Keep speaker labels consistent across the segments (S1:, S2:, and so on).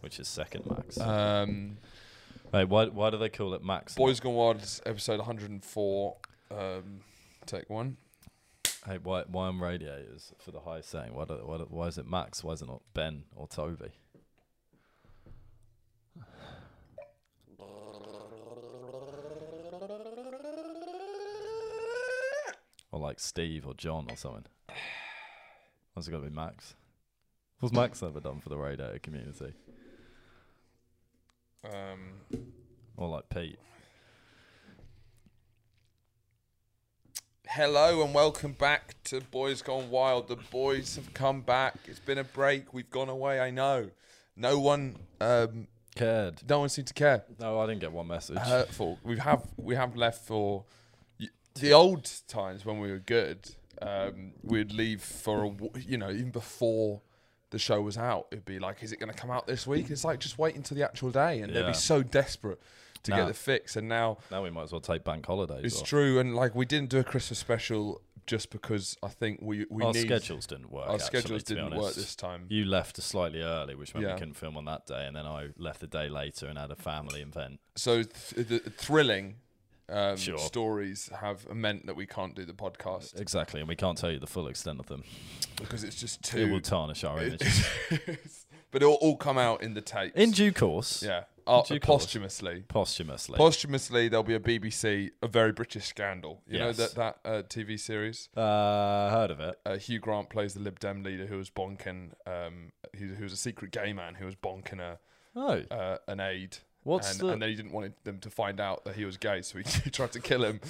S1: which is second max.
S2: Um,
S1: Mate, why, why do they call it max?
S2: Boys Gone Wild is episode 104. Um, take one.
S1: Hey, why, why I'm radiators for the high saying? Why, do, why, do- why is it Max? Why is it not Ben or Toby? Or like Steve or John or something. Why's it got to be Max? What's Max ever done for the radiator community?
S2: Um,
S1: Or like Pete?
S2: Hello and welcome back to Boys Gone Wild. The boys have come back. It's been a break. We've gone away. I know. No one, um,
S1: Cared.
S2: no one seemed to care.
S1: No, I didn't get one message.
S2: Hurtful. We have we have left for y- the old times when we were good. Um, we'd leave for a w- you know even before the show was out. It'd be like, is it going to come out this week? It's like just wait until the actual day, and they'd
S1: Yeah.
S2: be so desperate to
S1: Nah.
S2: get the fix. And now
S1: now we might as well take bank holidays.
S2: it's
S1: off.
S2: true. And like we didn't do a Christmas special just because I think we we
S1: Our
S2: need
S1: schedules didn't work.
S2: our
S1: actually,
S2: schedules
S1: to be
S2: didn't work
S1: honest.
S2: this time.
S1: You left slightly early, which meant
S2: Yeah.
S1: we couldn't film on that day, and then I left the day later and had a family event.
S2: so th- the thrilling um,
S1: Sure.
S2: stories have meant that we can't do the podcast
S1: Exactly, and we can't tell you the full extent of them.
S2: because it's just
S1: It will
S2: too.
S1: tarnish our image.
S2: but it'll all come out in the tapes.
S1: In due course,
S2: yeah, uh,
S1: due course.
S2: posthumously.
S1: posthumously.
S2: Posthumously, there'll be a BBC, a very British scandal. You know
S1: Yes.
S2: that that uh, TV series.
S1: uh, heard of it?
S2: Uh, Hugh Grant plays the Lib Dem leader who was bonking. Um, who, who was a secret gay man who was bonking a
S1: Oh,
S2: uh, an aide.
S1: What's
S2: and,
S1: the-
S2: and then he didn't want them to find out that he was gay, so he tried to kill him.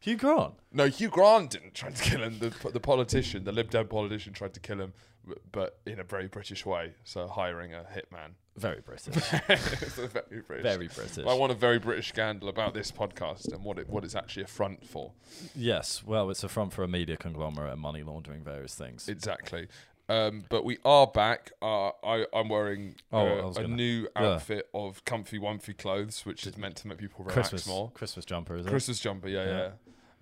S1: Hugh Grant.
S2: No, Hugh Grant didn't try to kill him. The, the politician, the Lib Dem politician, tried to kill him, b- but in a very British way. So hiring a hitman.
S1: Very British.
S2: It's a very British.
S1: Very British.
S2: I want a very British scandal about this podcast and what it what it's actually a front for.
S1: yes. Well, it's a front for a media conglomerate and money laundering various things.
S2: Exactly. Um, but we are back. Uh, I, I'm wearing uh,
S1: Oh, I was
S2: a
S1: gonna-
S2: new
S1: yeah.
S2: outfit of comfy, womfy clothes, which is meant to make people relax
S1: Christmas.
S2: more.
S1: Christmas jumper is
S2: Christmas jumper, yeah, yeah.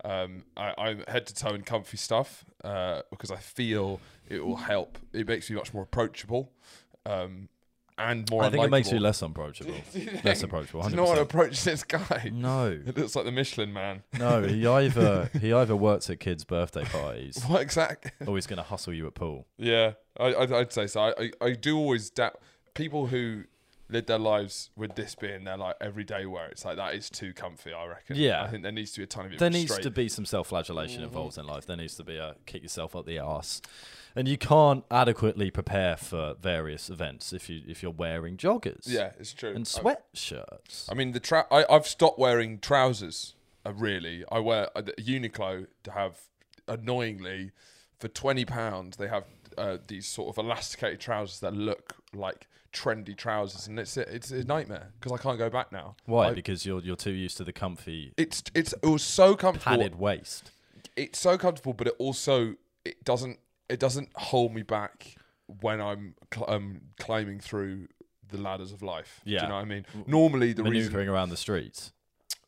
S1: Yeah.
S2: Um, I, I'm head to toe in comfy stuff uh, because I feel it will help. It makes me much more approachable um, and
S1: it?
S2: more.
S1: I think it makes you
S2: unlikable.
S1: less approachable. less approachable.
S2: Do
S1: 100%.
S2: you know what approach this guy?
S1: no.
S2: It looks like the Michelin Man.
S1: No, he either he either works at kids' birthday parties
S2: What exactly?
S1: or he's going to hustle you at pool.
S2: Yeah, I, I'd, I'd say so. I, I, I do always doubt people who live their lives with this being their like everyday wear. It's like that is too comfy. I reckon.
S1: Yeah.
S2: I think there needs to be a tiny bit.
S1: There
S2: of
S1: needs
S2: restraint.
S1: to be some self-flagellation involved in life. There needs to be a kick yourself up the ass, and you can't adequately prepare for various events if you if you're wearing joggers,
S2: Yeah, Oh. it's true.
S1: and
S2: I-
S1: sweatshirts.
S2: I mean, the trou- I, I've stopped wearing trousers. Uh, really, I wear uh, the Uniqlo to have annoyingly for twenty pounds. They have uh, these sort of elasticated trousers that look like trendy trousers, and it's it's a nightmare because I can't go back now.
S1: Why?
S2: I-
S1: because you're you're too used to the comfy
S2: it's it's it was so comfortable.
S1: padded waist.
S2: It's so comfortable, but it also it doesn't it doesn't hold me back when I'm cl- um, climbing through the ladders of life. Do
S1: Yeah.
S2: you know what I mean? Normally, the reason
S1: Maneuvering around the streets.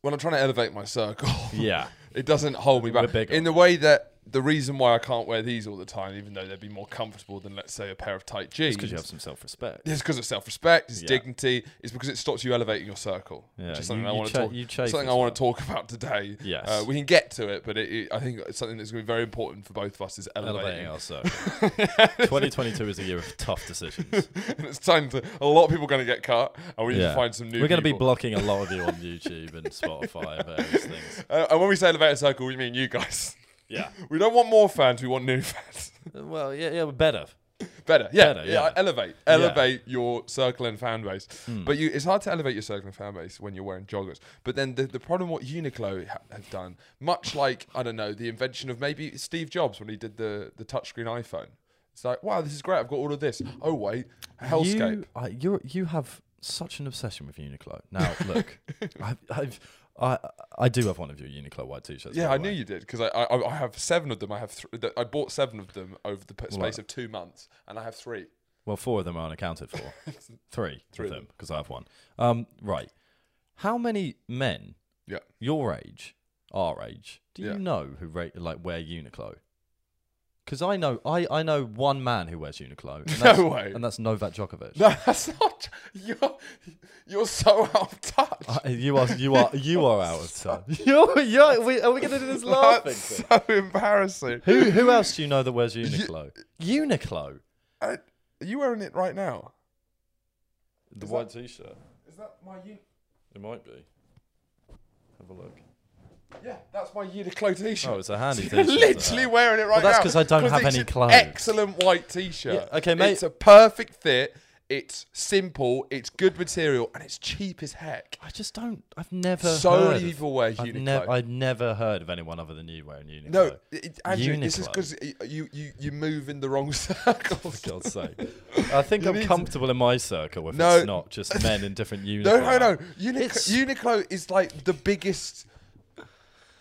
S2: when I'm trying to elevate my circle.
S1: Yeah.
S2: It doesn't hold me back.
S1: We're bigger.
S2: In the way that the reason why I can't wear these all the time, even though they'd be more comfortable than, let's say, a pair of tight jeans,
S1: Because you have some self-respect.
S2: it's because of self-respect, it's
S1: Yeah.
S2: Uh, Uh,
S1: Hmm.
S2: Oh,
S1: Um, Because I know, I, I know one man who wears Uniqlo. And
S2: No
S1: that's,
S2: way.
S1: And that's Novak Djokovic.
S2: No, that's not. You're you're so out of touch.
S1: Uh, you are, you are, you are out of touch. You're, you're, we, are we going to do this laughing?
S2: That's
S1: thing?
S2: so embarrassing.
S1: Who, who else do you know that wears Uniqlo? Uniqlo,
S2: Uh, Are you wearing it right now?
S1: the
S2: Is
S1: white T-shirt.
S2: Is that my uni?
S1: It might be. Have a look.
S2: Yeah, that's my Uniqlo
S1: Oh,
S2: t-shirt.
S1: it's a handy T-shirt. to
S2: Literally
S1: have.
S2: wearing it right
S1: Well, that's
S2: now.
S1: 'cause I don't have
S2: it's
S1: any
S2: an
S1: clothes.
S2: Excellent white t-shirt.
S1: Yeah, okay, mate.
S2: It's a perfect fit. It's simple. It's good material, and it's cheap as heck.
S1: I just don't. I've never.
S2: So
S1: heard
S2: many
S1: of-
S2: people wear
S1: I've
S2: Uniqlo.
S1: never. I'd never heard of anyone other than you wearing Uniqlo.
S2: no, it, Andrew, this is
S1: Uniqlo.
S2: because you, you you move in the wrong circles.
S1: For God's sake. I think I'm
S2: need to-
S1: comfortable in my circle if
S2: No.
S1: it's not just men in different
S2: No,
S1: uniforms.
S2: no, no. Uniqlo,
S1: It's-
S2: Uniqlo is like the biggest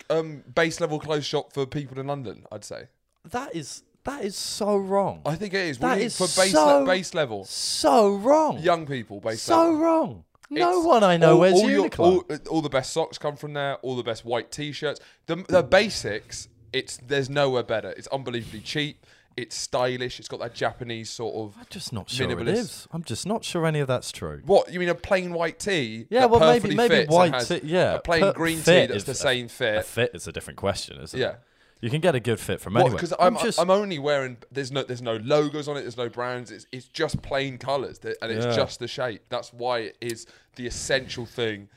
S2: um, base level clothes shop for people in London. I'd say.
S1: That is that is so wrong.
S2: I think it is.
S1: That
S2: What do you-
S1: is
S2: for base
S1: so-
S2: le- base level,
S1: so wrong.
S2: young people base
S1: so
S2: level.
S1: wrong. No
S2: It's-
S1: one I know wears
S2: your-
S1: Uniqlo.
S2: all, uh, all the best socks come from there. All the best white t-shirts. The, the basics. It's there's nowhere better. It's unbelievably cheap. It's stylish. It's got that Japanese sort of.
S1: I'm just not sure it
S2: Minimalist.
S1: is. I'm just not sure any of that's true.
S2: What you mean a plain white tee?
S1: Yeah,
S2: that
S1: well, maybe-
S2: perfectly
S1: maybe
S2: fits and
S1: white
S2: has
S1: tee- yeah,
S2: a plain
S1: per-
S2: green tee
S1: fit
S2: that's
S1: is
S2: the
S1: a-
S2: same
S1: A
S2: fit.
S1: fit is a different question, isn't
S2: Yeah.
S1: it? You can get a good fit from
S2: Well,
S1: anywhere.
S2: Because I'm,
S1: just
S2: I'm only wearing there's no there's no logos on it. There's no brands. It's it's just plain colors and it's
S1: Yeah.
S2: just the shape. That's why it is the essential thing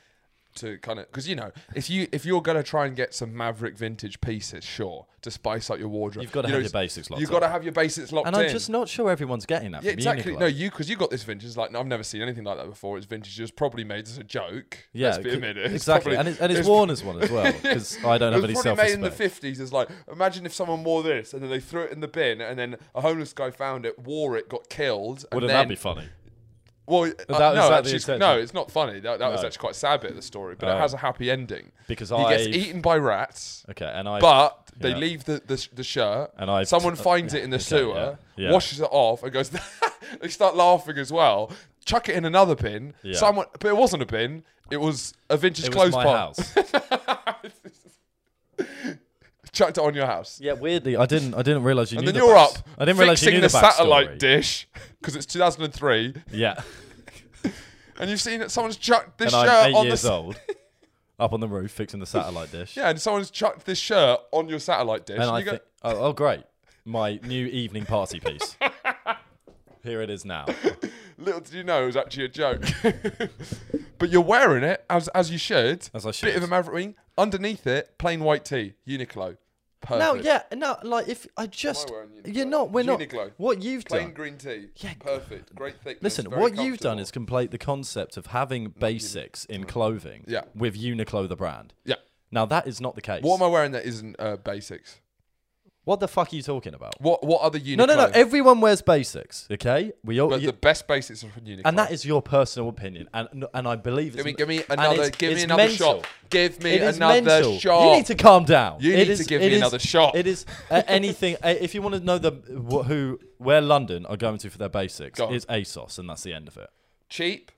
S2: to kind of because you know if you if you're gonna try and get some maverick vintage pieces, sure, to spice up your wardrobe,
S1: You've gotta
S2: You
S1: have
S2: know,
S1: your basics locked
S2: You've got to
S1: in.
S2: have your basics locked
S1: and
S2: in.
S1: I'm just not sure everyone's getting that
S2: yeah,
S1: from
S2: exactly.
S1: Uniqlo.
S2: No, you because you got this vintage. Like no, I've never seen anything like that before. It's vintage. It was probably made as a joke.
S1: yeah,
S2: let's be
S1: c-
S2: admitted. It's
S1: exactly.
S2: probably-
S1: and it's, and it's, worn as one as well because I don't
S2: it
S1: have
S2: was
S1: any
S2: probably
S1: self
S2: made in the
S1: respect.
S2: 50s. It's like, imagine if someone wore this and then they threw it in the bin and then a homeless guy found it, wore it, got killed. And
S1: Wouldn't
S2: then,
S1: that be funny?
S2: Well, uh,
S1: that- is
S2: no,
S1: that the
S2: actually, it's-
S1: exception?
S2: no, it's not funny. That, that was
S1: No.
S2: actually quite a sad bit of the story, but
S1: Oh.
S2: it has a happy ending.
S1: Because
S2: he
S1: I
S2: gets eaten by rats,
S1: okay, and I
S2: but they
S1: yeah.
S2: leave the, the, sh- the shirt.
S1: And I've-
S2: someone
S1: uh,
S2: finds it in the
S1: okay, yeah,
S2: sewer,
S1: yeah.
S2: washes it off, and goes, they start laughing as well. Chuck it in another bin.
S1: Yeah.
S2: Someone, but it wasn't a bin. It was a vintage
S1: it was
S2: clothes
S1: my
S2: pile.
S1: house.
S2: Chucked it on your house.
S1: Yeah, weirdly, I didn't. I didn't realize you
S2: And
S1: knew.
S2: then
S1: the
S2: you're
S1: backs-
S2: up.
S1: I didn't realize you
S2: fixing
S1: knew
S2: the,
S1: the,
S2: satellite
S1: backstory.
S2: dish because it's 2003,
S1: Yeah,
S2: and you've seen that someone's chucked this
S1: and I'm
S2: shirt
S1: eight
S2: on
S1: years
S2: the s-
S1: old, up on the roof fixing the satellite dish.
S2: yeah, and someone's chucked this shirt on your satellite dish.
S1: and
S2: and
S1: I
S2: you
S1: think, oh, oh, great, my new evening party piece. Here it is now.
S2: go, little did you know it was actually a joke. but you're wearing it as as you should.
S1: As
S2: Bit
S1: I
S2: of
S1: should.
S2: a maverick wing underneath it, plain white tee, Uniqlo. Perfect.
S1: No, yeah, no, like if I just,
S2: wearing Uniqlo?
S1: you're not. We're not.
S2: Uniqlo.
S1: What you've
S2: Plain
S1: done.
S2: green tee.
S1: Yeah.
S2: Perfect. Great thickness.
S1: Listen,
S2: very
S1: what you've
S2: comfortable.
S1: done
S2: Mm,
S1: is complete the concept of having basics in clothing
S2: Yeah.
S1: with Uniqlo the brand.
S2: yeah.
S1: Now that is not the case.
S2: What am I wearing that isn't uh, basics?
S1: What the fuck are you talking about?
S2: What what other Uniqlo?
S1: No, no, no. Everyone wears basics, okay? We all,
S2: but
S1: you-
S2: the best basics are from Uniqlo.
S1: and that is your personal opinion, and and I believe. It's,
S2: Give me, give me
S1: and
S2: another,
S1: it's-
S2: give me
S1: it's
S2: another
S1: mental.
S2: shot. Give me
S1: It is
S2: another
S1: mental.
S2: shot.
S1: You need to calm down.
S2: You
S1: It
S2: need to
S1: is-
S2: give
S1: it
S2: me
S1: is-
S2: another shot.
S1: It is uh, anything. uh, if you want to know the wh- who where London are going to for their basics,
S2: Go on.
S1: is ASOS, and that's the end of it.
S2: Cheap,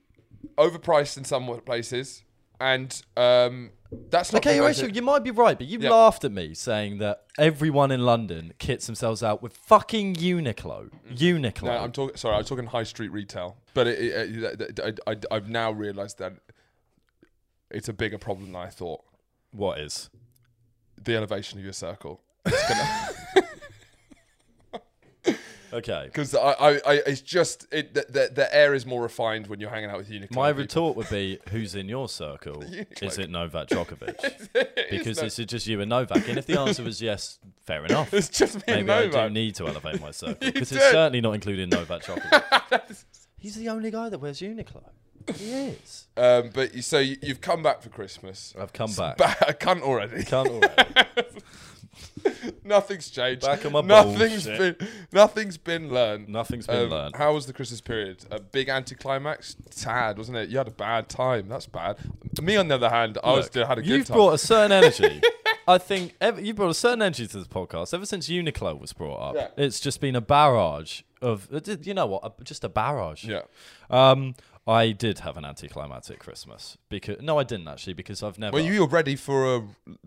S2: overpriced in some places, and um, that's not.
S1: Okay,
S2: the
S1: Horatio,
S2: basic-
S1: you might be right, but you
S2: Yeah.
S1: laughed at me saying that everyone in London kits themselves out with fucking Uniqlo. Uniqlo.
S2: Mm-hmm. No, I'm talking. Sorry, I was talking high street retail, but it, it, it- it- I, I, I've now realised that it's a bigger problem than I thought.
S1: what is?
S2: The elevation of your circle.
S1: Okay.
S2: Because I, I, I, it's just it, the, the, the air is more refined when you're hanging out with Uniqlo.
S1: My
S2: people.
S1: retort would be, who's in your circle? Is it Novak Djokovic? because it's just you and Novak. And if the answer was yes, fair enough.
S2: It's just me and
S1: Maybe I
S2: Nova.
S1: do need to elevate my circle
S2: You
S1: because
S2: do.
S1: it's certainly not including Novak Djokovic. He's the only guy that wears Uniqlo. He is.
S2: um, but you, so you, you've come back for Christmas.
S1: I've come back.
S2: Ba- a cunt already.
S1: Can't already.
S2: Nothing's changed.
S1: Back on my
S2: nothing's
S1: bullshit.
S2: been nothing's been learned.
S1: Nothing's been
S2: Um,
S1: learned.
S2: How was the Christmas period? A big anticlimax? Sad, wasn't it? You had a bad time. That's bad. Me on the other hand, I was
S1: Look,
S2: had a good
S1: you've
S2: time.
S1: brought a certain energy. I think ev you've brought a certain energy to this podcast ever since Uniqlo was brought up.
S2: Yeah.
S1: uh, It's just been a barrage of, you know what, a- just a barrage.
S2: yeah.
S1: Um, I did have an anticlimactic Christmas because no, I didn't actually because I've never.
S2: Well, you were ready for a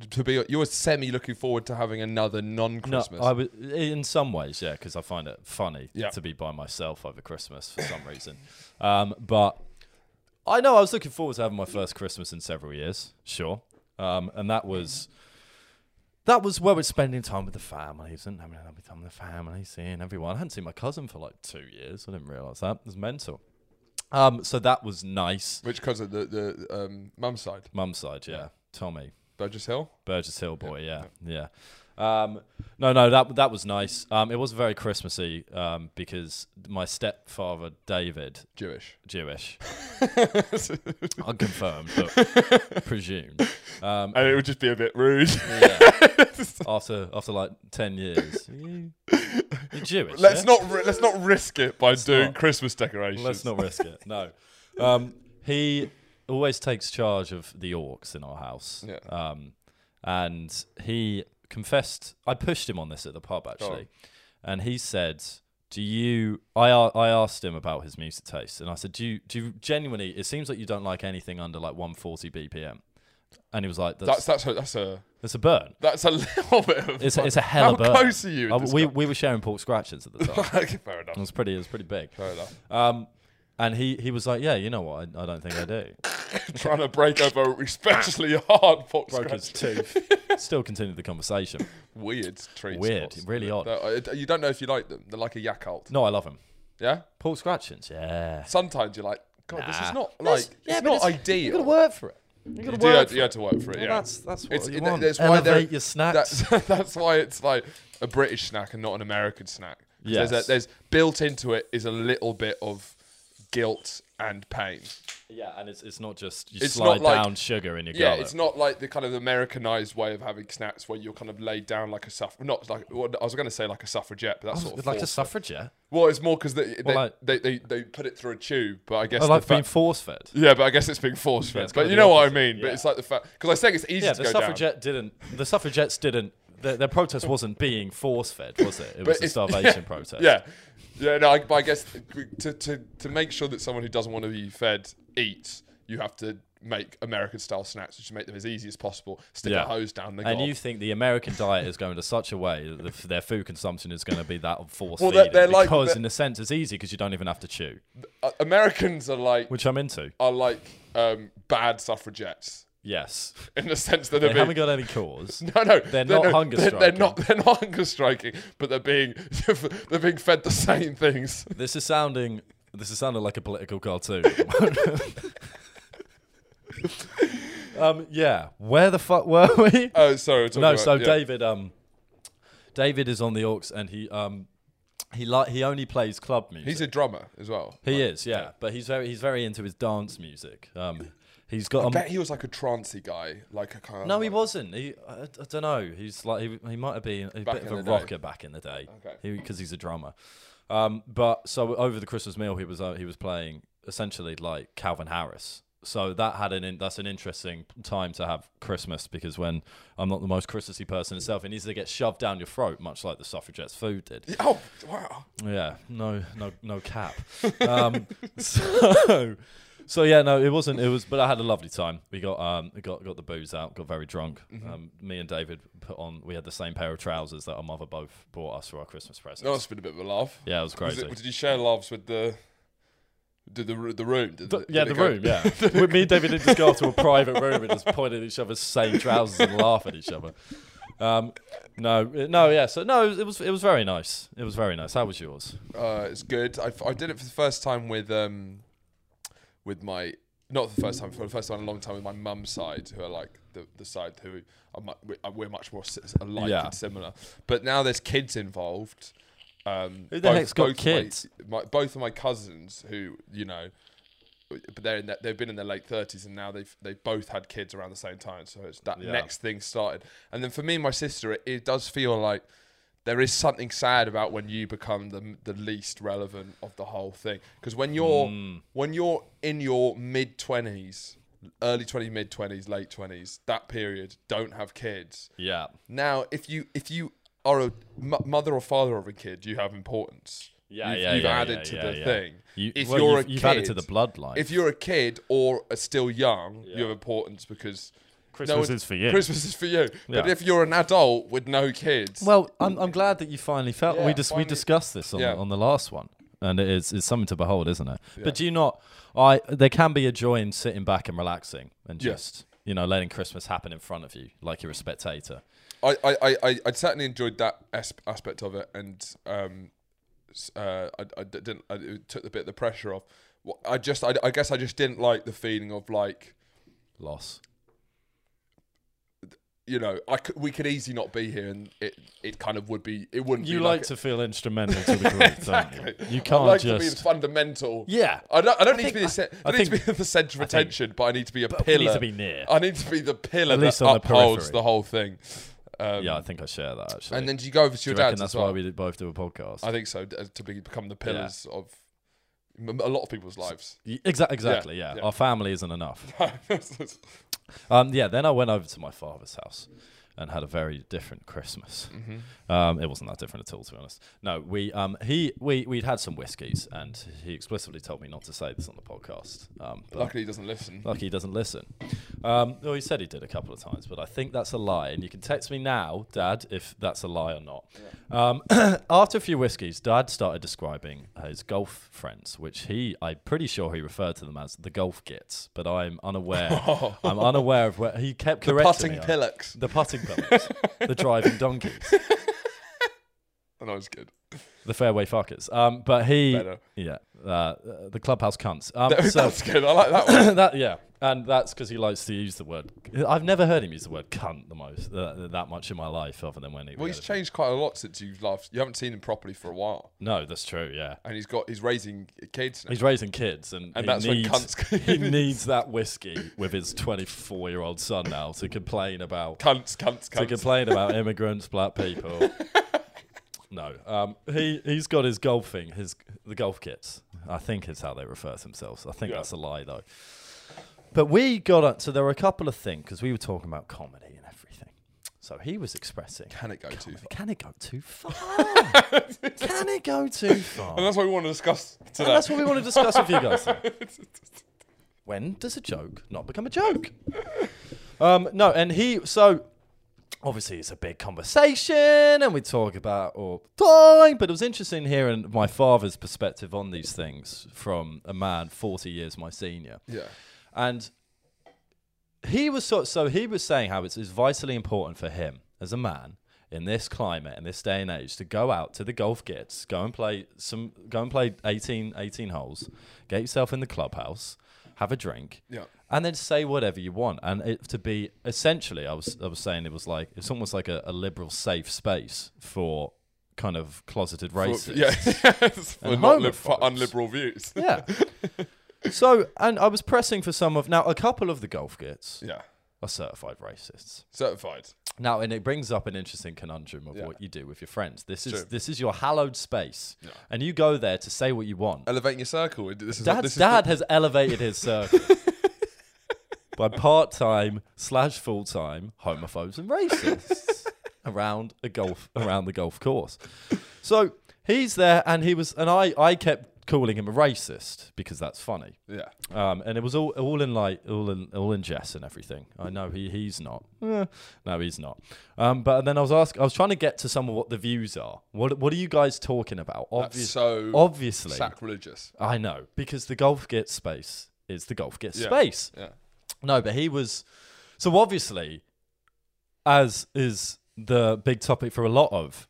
S2: to be. You were semi looking forward to having another
S1: no,
S2: non-Christmas.
S1: I was in some ways, yeah, because I find it funny
S2: Yeah.
S1: to be by myself over Christmas for some reason. Um, but I know I was looking forward to having my first Christmas in several years, sure, um, and that was that was where we're spending time with the families and having having time with the family, seeing everyone. I hadn't seen my cousin for like two years. I didn't realize that. It was mental. Um, so that was nice.
S2: which because of the the um, mum's side,
S1: Mum's side, yeah. Tommy,
S2: Burgess Hill.
S1: Burgess Hill boy, yeah, yeah. Um, no, no, that that was nice. Um, it was very Christmassy um, because my stepfather David,
S2: Jewish.
S1: Jewish, unconfirmed but presumed, um,
S2: And it would just be a bit rude.
S1: yeah. after after like ten years, you, are Jewish.
S2: let's
S1: yeah?
S2: not ri- let's not risk it by doing
S1: not.
S2: Christmas decorations.
S1: Let's not risk it. No. Um, he always takes charge of the orcs in our house.
S2: Yeah.
S1: Um, and he confessed, I pushed him on this at the pub actually. And he said, Do you, I, a- I asked him about his music taste. And I said, Do you, do you genuinely, it seems like you don't like anything under like 140 BPM. And he was like, That's,
S2: That's
S1: that's,
S2: that's a that's a
S1: a burn.
S2: that's a little bit of.
S1: It's, a-
S2: fun.
S1: it's a hell
S2: How
S1: of a burn.
S2: close are you?
S1: I-
S2: in this
S1: we,
S2: guy?
S1: we were sharing pork scratchins at the time.
S2: Okay, fair
S1: it
S2: enough.
S1: was pretty, it was pretty big.
S2: Fair enough.
S1: Um, and he, he was like, yeah, you know what? I, I don't think I do.
S2: Trying to break up a especially hard fox
S1: Broke his
S2: scratch.
S1: tooth. Still continued the conversation.
S2: Weird treats.
S1: Weird,
S2: fox.
S1: really odd.
S2: They're- uh, You don't know if you like them. They're like a Yakult.
S1: No, I love him.
S2: Yeah.
S1: Paul Scratchins, yeah.
S2: Sometimes you're like, God, Oh, this is
S1: Nah.
S2: not like
S1: This-
S2: it's
S1: yeah, but
S2: not
S1: it's-
S2: ideal.
S1: You got to work for it. You got
S2: You
S1: to
S2: do
S1: work.
S2: have,
S1: for
S2: you
S1: it.
S2: have to work for it.
S1: Well,
S2: yeah,
S1: that's that's what you
S2: it-
S1: want.
S2: that's why
S1: Elevate
S2: they're-
S1: your snacks.
S2: That's, that's why it's like a British snack and not an American snack. 'Cause There's,
S1: Yes.
S2: a, there's built into it is a little bit of guilt and pain.
S1: Yeah, and it's it's not just you
S2: It's not
S1: slide
S2: like-
S1: down sugar in your
S2: Yeah,
S1: gullet.
S2: it's not like the kind of Americanized way of having snacks where you're kind of laid down like a suff. Not like well, I was going to say like a suffragette, but that's sort of
S1: like a
S2: forced.
S1: suffragette.
S2: well, it's more because they they,
S1: like-
S2: they, they they put it through a tube. But I guess
S1: I
S2: the
S1: like
S2: fact-
S1: being force fed.
S2: Yeah, but I guess it's being force fed.
S1: it's
S2: but
S1: kinda
S2: you
S1: the
S2: know what I
S1: opposite,
S2: mean. But
S1: yeah.
S2: it's like the fact because I think it's easy
S1: Yeah,
S2: to
S1: the
S2: go down.
S1: suffragette didn't. The suffragettes didn't. Their, their protest wasn't being force fed, was it? It was a
S2: it's-
S1: starvation protest.
S2: Yeah, yeah. No, I, but I guess to, to to make sure that someone who doesn't want to be fed eats, you have to make American style snacks, which make them as easy as possible. Stick
S1: Yeah.
S2: a hose down the
S1: And
S2: gob.
S1: you think the American diet is going to such a way that the, their food consumption is going to be that of force
S2: Well,
S1: feeding?
S2: they're- they're like-
S1: because,
S2: they're-
S1: in a sense, it's easy because you don't even have to chew,
S2: Uh, Americans are like
S1: which I'm into.
S2: are like um, bad suffragettes
S1: Yes.
S2: in the sense that
S1: They
S2: they're
S1: haven't
S2: being.
S1: got any cause.
S2: No, no,
S1: They're not
S2: no-
S1: hunger
S2: they're, they're
S1: striking.
S2: not. They're not hunger striking, but they're being they're being fed the same things.
S1: This is sounding. This is sounding like a political cartoon. um, yeah. Where the fuck were we?
S2: Oh, sorry. we're talking
S1: no.
S2: about-
S1: So
S2: yeah.
S1: David. Um, David is on the Orcs, and he um, he like he only plays club music.
S2: He's a drummer as well.
S1: he is, yeah, But he's very he's very into his dance music. Um, he's got.
S2: I
S1: um,
S2: bet he was like a trancey guy, like a kind of.
S1: No, he wasn't. He, I, I don't know. He's like he, he might have been a bit
S2: in
S1: of a
S2: the day.
S1: rocker back in the day,
S2: Okay.
S1: because he's a drummer. Um, but so over the Christmas meal, he was uh, he was playing essentially like Calvin Harris. So that had an in, that's an interesting time to have Christmas because when I'm not the most Christmassy person itself, it needs to get shoved down your throat, much like the suffragettes' food did.
S2: Oh wow!
S1: Yeah, no, no, no cap. Um, so, so yeah, no, it wasn't. It was, but I had a lovely time. We got um, we got got the booze out, got very drunk.
S2: Mm-hmm.
S1: Um, me and David put on. We had the same pair of trousers that our mother both bought us for our Christmas present.
S2: No, it's been a bit of a laugh.
S1: yeah, it was
S2: Was
S1: crazy.
S2: it- did you share laughs with the? Did the ro- the room? Did
S1: The-
S2: it-
S1: yeah,
S2: did
S1: the
S2: it go-
S1: room. Yeah, We- me and David did just go off to a private room and just point at each other's same trousers and laugh at each other. Um, no, no, yeah. So no, it was, it was it was very nice. It was very nice. How was yours?
S2: Uh, it's good. I, f- I did it for the first time with um, with my not the first time for the first time in a long time with my mum's side, who are like the, the side who are mu- we- uh, we're much more si- alike
S1: Yeah.
S2: and similar. But now there's kids involved. Um,
S1: Who the heck's got kids?
S2: My, my, both of my cousins, who you know, but they're in their, they've been in their late thirties and now they've they've both had kids around the same time. So it's that
S1: Yeah.
S2: next thing started. And then for me and my sister, it, it does feel like there is something sad about when you become the the least relevant of the whole thing. Because when you're
S1: Mm.
S2: when you're in your mid twenties, early twenties, mid twenties, late twenties, that period, don't have kids.
S1: Yeah,
S2: Now, if you if you are a m- mother or father of a kid, you have importance.
S1: Yeah,
S2: you've,
S1: yeah,
S2: you've
S1: yeah,
S2: added
S1: yeah,
S2: to
S1: yeah,
S2: the
S1: yeah.
S2: thing.
S1: You,
S2: if
S1: well,
S2: you're
S1: you've,
S2: a
S1: you've
S2: kid,
S1: added to the bloodline.
S2: if you're a kid or are still young, you have importance because
S3: Christmas
S2: one-
S3: is for you.
S2: Christmas is for you. But
S1: Yeah.
S2: if you're an adult with no kids,
S1: Well, I'm, I'm glad that you finally felt
S2: Mm. Yeah,
S1: we just
S2: finally-
S1: we discussed this on,
S2: Yeah.
S1: on the last one, and it is it's something to behold, isn't it? But do you not? I there can be a joy in sitting back and relaxing and
S2: Yeah.
S1: just you know letting Christmas happen in front of you like you're a spectator.
S2: I, I, I, I I'd certainly enjoyed that as- aspect of it, and um, s- uh, I, I d- didn't. I, it took a bit of the pressure off. Wha- I just, I, I guess, I just didn't like the feeling of like,
S1: Loss.
S2: you know, I could, we could easily not be here, and it, it kind of would be, it wouldn't.
S1: You
S2: be
S1: like
S2: like
S1: to feel instrumental to the group,
S2: Exactly.
S1: don't you? You
S2: I
S1: can't
S2: like to be the
S1: just.
S2: fundamental.
S1: Yeah.
S2: I don't. I don't need to
S1: think-
S2: be. The, ce- I,
S1: I
S2: don't need
S1: think-
S2: to be the centre of
S1: think-
S2: attention, but I need to be a
S1: But we
S2: pillar.
S1: need to be near.
S2: I need to be the pillar
S1: At least
S2: that
S1: on the
S2: upholds the,
S1: periphery.
S2: whole thing. Um,
S1: Yeah, I think I share that actually.
S2: And then do you go over to
S1: do
S2: your
S1: you
S2: dad?
S1: reckon that's why we did both do a podcast?
S2: I think so. d- uh, To be, become the pillars of m- a lot of people's lives.
S1: Exactly. Exactly. Yeah.
S2: yeah.
S1: Our family isn't enough.
S2: mm-hmm.
S1: Um, yeah, then I went over to my father's house and had a very different Christmas. Um, it wasn't that different at all, to be honest. No, we um, he we we'd had some whiskies, and he explicitly told me not to say this on the podcast. Um, but
S2: Luckily, he doesn't listen.
S1: lucky he doesn't listen. Um, well, he said he did a couple of times, but I think that's a lie. And you can text me now, Dad, if that's a lie or not. Um, after a few whiskies, Dad started describing his golf friends, which he, I'm pretty sure he referred to them as the golf gits, but I'm unaware. I'm unaware of where he kept correcting
S2: Oh. Putting
S1: me on-
S2: pillocks.
S1: The putting pillars, the driving donkeys,
S2: And I was good.
S1: the fairway fuckers. Um, but he,
S2: Better.
S1: yeah, uh, the clubhouse cunts. Um,
S2: That,
S1: so,
S2: that's good. I like that one.
S1: that yeah, and that's because he likes to use the word. I've never heard him use the word cunt the most that, that much in my life, other than when he.
S2: Well,
S1: we
S2: he's
S1: had a-
S2: changed quite a lot since you last. You haven't seen him properly for a while,
S1: No, that's true. Yeah,
S2: and he's got he's raising kids now.
S1: he's raising kids, and,
S2: And
S1: he
S2: that's when
S1: needs,
S2: cunts-
S1: he needs that whiskey with his twenty-four-year-old son now to complain about
S2: Cunts, cunts,
S1: to
S2: cunts.
S1: complain about immigrants, black people. No, um, he he's got his golfing, his the golf kits. I think is how they refer to themselves. I think
S2: Yeah.
S1: that's a lie though. But we got up. So there were a couple of things because we were talking about comedy and everything. So he was expressing.
S2: Can it go too far?
S1: Can it go too far? Can it go too far?
S2: And that's what we want to discuss
S1: And
S2: today.
S1: that's what we want to discuss with you guys. today. when does a joke not become a joke? Um, no, and he so obviously it's a big conversation, and we talk about all the time. But it was interesting hearing my father's perspective on these things from a man forty years my senior,
S2: Yeah.
S1: and he was sort so he was saying how it's, it's vitally important for him as a man in this climate in this day and age to go out to the golf gets go and play some go and play 18 18 holes get yourself in the clubhouse have a drink
S2: Yeah.
S1: and then say whatever you want and it to be essentially i was i was saying it was like it's almost like a, a liberal safe space for kind of closeted racists
S2: For, yeah. for, not lib- for
S1: homophobes.
S2: unliberal views.
S1: yeah so and i was pressing for some of now a couple of the golf gets
S2: Yeah.
S1: are certified racists.
S2: Certified.
S1: Now, and it brings up an interesting conundrum of
S2: Yeah.
S1: what you do with your friends. This is
S2: True.
S1: this is your hallowed space, and you go there to say what you want.
S2: Elevating your circle. This is
S1: Dad's
S2: Uh, this is
S1: dad has elevated his circle by part time slash full time homophobes and racists around a golf around the golf course. So he's there, and he was, and I I kept calling him a racist because that's funny.
S2: the, yeah.
S1: Um, and it was all all in like all in all in Jess and everything. I know he he's not. Eh, no, he's not. Um, but then I was ask I was trying to get to some of what the views are. What what are you guys talking about? Obvious-
S2: so
S1: obviously,
S2: sacrilegious.
S1: I know because the golf gets space is the golf gets
S2: Yeah.
S1: space.
S2: Yeah.
S1: No, but he was so obviously, as is the big topic for a lot of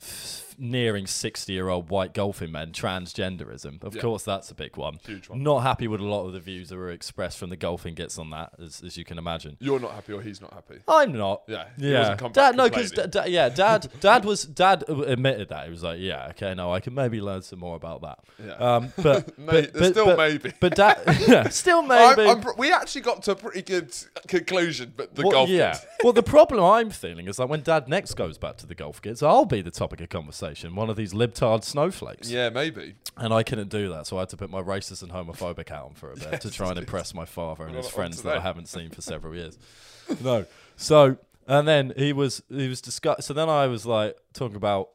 S1: f- nearing 60 year old white golfing men transgenderism of
S2: Yeah.
S1: course that's a big one.
S2: Huge one.
S1: not happy with a lot of the views that were expressed from the golfing gets on that as, as you can imagine
S2: You're not happy or he's not happy.
S1: i'm not
S2: Yeah, he
S1: yeah
S2: wasn't com-
S1: dad no because
S2: complaining.
S1: yeah dad dad was dad admitted that he was like yeah okay no i can maybe learn some more about that
S2: Yeah.
S1: um but,
S2: May-
S1: but, but
S2: still
S1: but,
S2: maybe.
S1: but dad yeah, still
S2: I'm-
S1: maybe
S2: I'm pr- we actually got to a pretty good conclusion, but the
S1: Well,
S2: golf.
S1: yeah. well, the problem I'm feeling is that when Dad next goes back to the golf kids, I'll be the topic of conversation, one of these libtard snowflakes.
S2: Yeah, maybe.
S1: And I couldn't do that, so I had to put my racist and homophobic hat on for a bit to try and impress my father and his
S2: Not on
S1: friends that
S2: today.
S1: I haven't seen for several years. no. So, and then he was he was discuss. So then I was like talking about.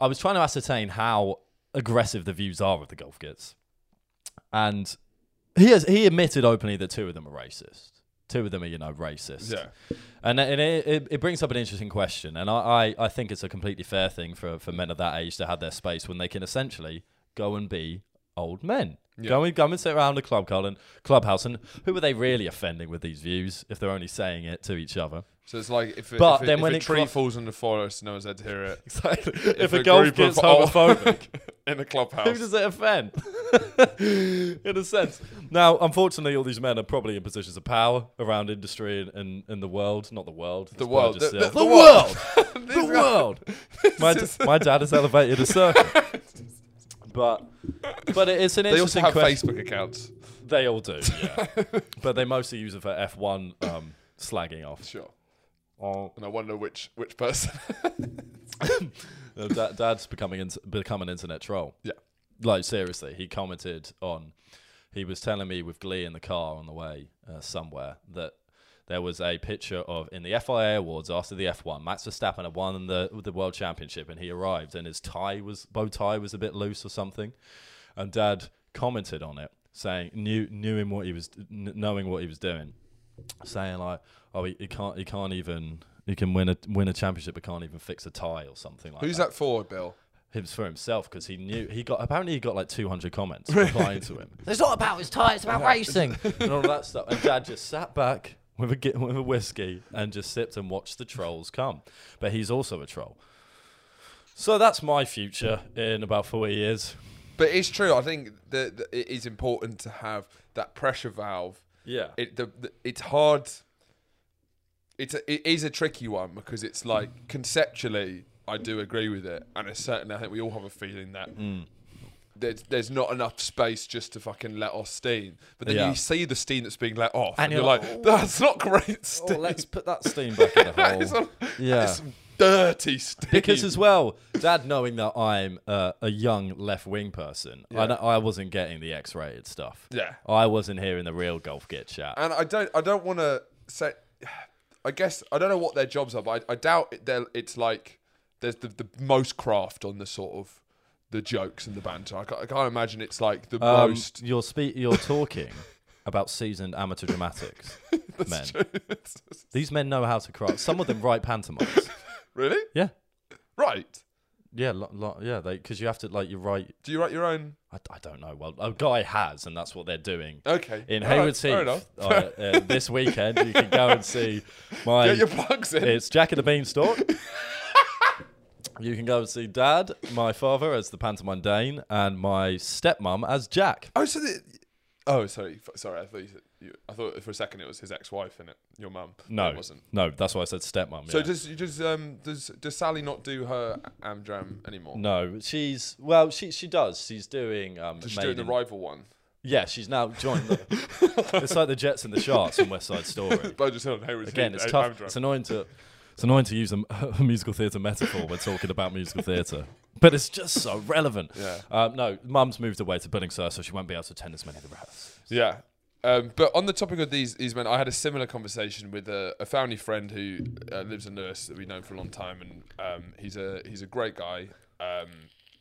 S1: I was trying to ascertain how aggressive the views are of the golf gets. And he has he admitted openly that two of them are racist. Two of them are, you know, racist.
S2: Yeah.
S1: And, and it, it, it brings up an interesting question. And I, I, I think it's a completely fair thing for, for men of that age to have their space when they can essentially go and be old men. Go, and, go and sit around a club, Colin, clubhouse. And who are they really offending with these views if they're only saying it to each other?
S2: So it's like if, a-
S1: But
S2: if, a-
S1: then
S2: if
S1: when
S2: a
S1: it
S2: tree
S1: cro-
S2: falls in the forest, no one's had to hear it.
S1: Exactly. If, a,
S2: a
S1: golf
S2: group of
S1: gets
S2: old-
S1: homophobic.
S2: in the
S1: Who
S2: clubhouse.
S1: does it offend? in a sense. Now, unfortunately, all these men are probably in positions of power around industry and, and, and the world. Not the world.
S2: The world.
S1: The,
S2: The- the- the
S1: world.
S2: world.
S1: the world. My, d- my dad has elevated a circle. But but it- it's an
S2: They also
S1: interesting
S2: have
S1: question.
S2: Facebook accounts.
S1: They all do, yeah. but they mostly use it for F1 um, slagging off.
S2: Sure.
S1: Oh.
S2: And I wonder which which person.
S1: No, da- dad's becoming in- become an internet troll.
S2: yeah.
S1: like seriously, he commented on. He was telling me with glee in the car on the way uh, somewhere that there was a picture of in the FIA awards after the F1. Max Verstappen had won the the world championship, and he arrived, and his tie was bow tie was a bit loose or something, and Dad commented on it, saying knew knew him what he was kn- knowing what he was doing, saying like, oh, he, he can't he can't even. He can win a win a championship, but can't even fix a tie or something like that
S2: Who's that for, Bill?
S1: him for himself because he knew he got apparently he got like 200 comments replying to him
S3: It's not about his tie, it's about racing.
S1: and all that stuff and dad just sat back with a gi- with a whiskey and just sipped and watched the trolls come but he's also a troll so that's my future in about 40 years
S2: But it's true. I think that that it is important to have that pressure valve.
S1: yeah
S2: It the, the it's hard. It's a, it is a tricky one because it's like conceptually I do agree with it, and it's certainly I think we all have a feeling that.
S1: Mm.
S2: There's, there's not enough space just to fucking let off steam, but then
S1: Yeah.
S2: you see the steam that's being let off,
S1: And
S2: and,
S1: you're
S2: you're,
S1: like,
S2: like, "That's not great
S1: oh,
S2: steam.
S1: let's put that steam back in the hole
S2: It's some-
S1: yeah
S2: it's some dirty steam."
S1: because as well, Dad knowing that I'm uh, a young left wing person, I, kn- I wasn't getting the X rated stuff.
S2: Yeah.
S1: I wasn't hearing the real golf get chat.
S2: and I don't I don't want to say I guess I don't know what their jobs are, but I, I doubt it, they're- it's like there's the, the most craft on the sort of the jokes and the banter. I can't, I can't imagine it's like the
S1: Um,
S2: most.
S1: You're spe- You're talking about seasoned amateur dramatics men. These men know how to craft. Some of them write pantomimes.
S2: Really?
S1: Yeah,
S2: Right?
S1: yeah, lo- lo- yeah. Because you have to like you write.
S2: Do you write your own?
S1: I, I don't know. Well, a guy has, and that's what they're doing.
S2: Okay.
S1: In
S2: All right,
S1: Hayward's
S2: fair
S1: Heath
S2: enough.
S1: uh, uh, this weekend, you can go and see my.
S2: Get your plugs in.
S1: It's Jack and the Beanstalk. you can go and see Dad, my father, as the pantomime Dane, and my stepmom as Jack.
S2: oh, so the, oh, sorry, f- sorry. I thought you, said you, I thought for a second it was his ex-wife in it. Your mum?
S1: No,
S2: it wasn't.
S1: no, that's why I said stepmom.
S2: So
S1: yeah.
S2: does does um does does Sally not do her Amdram anymore?
S1: No, she's well. She she does. She's doing. Um,
S2: She's doing the
S1: Maiden-
S2: rival one.
S1: Yeah, she's now joined. The, it's like the Jets and the Sharks on West Side Story.
S2: But I just heard Hayward's
S1: Again,
S2: Heath,
S1: it's
S2: I-
S1: tough.
S2: I'm drunk.
S1: It's annoying to. It's annoying to use a, a musical theatre metaphor when talking about musical theatre, but it's just so relevant.
S2: Yeah.
S1: Um, no, Mum's moved away to Billingshurst, so she won't be able to attend as many of the rehearsals.
S2: Yeah. Um, but on the topic of these, these men, I had a similar conversation with a, a family friend who uh, lives in Lewis that we've known for a long time, and um, he's a he's a great guy. Um,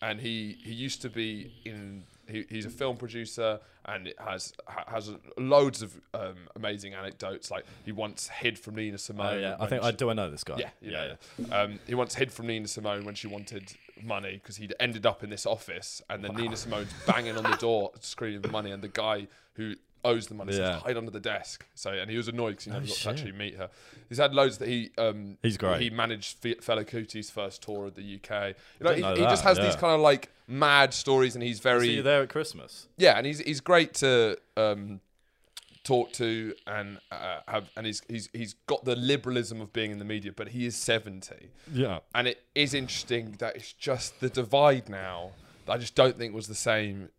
S2: and he he used to be in he, he's a film producer and it has ha- has loads of um, amazing anecdotes. Like he once hid from Nina Simone.
S1: Oh yeah, I
S2: when
S1: think
S2: she-
S1: I do. I know this guy.
S2: yeah, yeah. yeah. Um, he once hid from Nina Simone when she wanted money because he'd ended up in this office, and then Nina Simone's banging on the door, screaming for money, and the guy who owes the money
S1: Yeah. Oh,
S2: says hide under the desk. So, and he was annoyed because he never got
S1: shit.
S2: to actually meet her. He's had loads that he um,
S1: He's great.
S2: He managed Fe- Fela Kuti's first tour of the UK. You know, he,
S1: know
S2: he just
S1: that,
S2: has
S1: yeah.
S2: these kind of like mad stories, and he's very
S1: See you there at Christmas.
S2: yeah, and he's he's great to um, talk to and uh, have, and he's he's he's got the liberalism of being in the media, but he is seventy,
S1: Yeah.
S2: and it is interesting that it's just the divide now that I just don't think was the same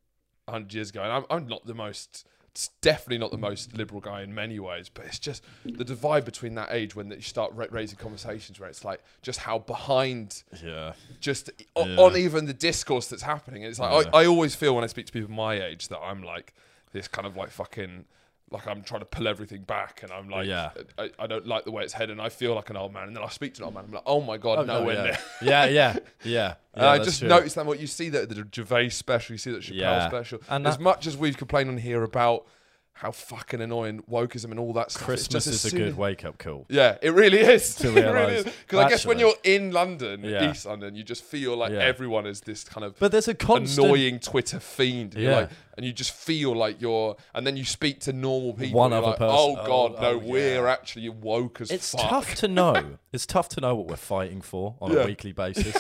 S2: hundred years ago, and I'm I'm not the most. It's definitely not the most liberal guy in many ways, but it's just the divide between that age when you start ra- raising conversations where it's like just how behind
S1: Yeah.
S2: just o-
S1: Yeah.
S2: on even the discourse that's happening. It's like I, I always feel when I speak to people my age that I'm like this kind of like fucking like I'm trying to pull everything back, and I'm like, uh,
S1: Yeah.
S2: I, I don't like the way it's headed, and I feel like an old man. And then I speak to an old man, I'm like, oh my god, no, nowhere
S1: yeah.
S2: near.
S1: yeah, yeah, yeah.
S2: And
S1: Yeah,
S2: I
S1: that's
S2: just
S1: true.
S2: noticed that what you see that the Gervais special, you see that Chappelle
S1: Yeah.
S2: special.
S1: And
S2: as
S1: that-
S2: much as we've complained on here about how fucking annoying wokeism and all that stuff, it's
S1: Christmas
S2: just as
S1: is a
S2: soon
S1: good
S2: as-
S1: wake up call.
S2: Yeah, it really is.
S1: To
S2: it really
S1: realise,
S2: is. Because I guess when
S1: actually-
S2: you're in London,
S1: Yeah.
S2: East London, you just feel like
S1: Yeah.
S2: everyone is this kind of
S1: But there's a constant
S2: annoying Twitter fiend. And, you're
S1: Yeah.
S2: like, and you just feel like you're, and then you speak to normal people.
S1: One
S2: and you're
S1: other
S2: like,
S1: person.
S2: Oh God,
S1: Oh,
S2: no,
S1: oh,
S2: we're actually woke as
S1: It's
S2: fuck.
S1: tough to know. It's tough to know what we're fighting for on
S2: Yeah.
S1: a weekly basis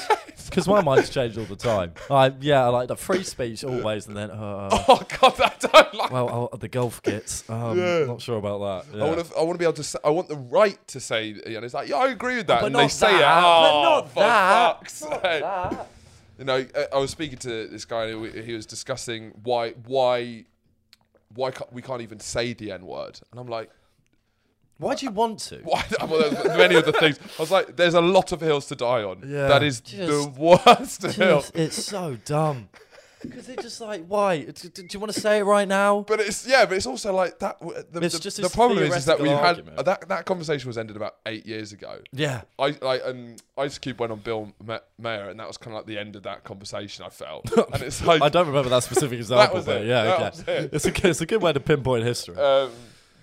S1: because my mind's changed all the time. I yeah, I like the free speech always, and then uh,
S2: Oh God, I don't like.
S1: well, uh, the golf gets. Um, Not sure about that. Yeah.
S2: I want to. I want to be able to. Say, I want the right to say. And it's like, yeah, I agree with that.
S1: But
S2: and
S1: not
S2: they say it.
S1: that. But
S2: Oh,
S1: not
S2: for
S1: that.
S2: fuck's sake. You know, I, I was speaking to this guy. who He was discussing why why why ca- we can't even say the n word. And I'm like,
S1: Why do you want to?
S2: why? Well, there's many other things. I was like, there's a lot of hills to die on.
S1: Yeah.
S2: That is
S1: Just-
S2: the worst hill.
S1: Just- it's so dumb. Because it's just like, why? It's- Do you want to say it right now?
S2: But it's yeah, but it's also like that. w- The,
S1: It's
S2: the,
S1: just
S2: the
S1: this
S2: problem is, is that we
S1: theoretical
S2: had
S1: argument.
S2: that that conversation was ended about eight years ago.
S1: Yeah.
S2: I like um, Ice Cube went on Bill Ma- Mayer, and that was kind of like the end of that conversation. I felt, and it's like
S1: I don't remember that specific example,
S2: was
S1: but
S2: it.
S1: yeah,
S2: That
S1: okay.
S2: was it.
S1: It's, a, good- it's a good way to pinpoint history.
S2: Um,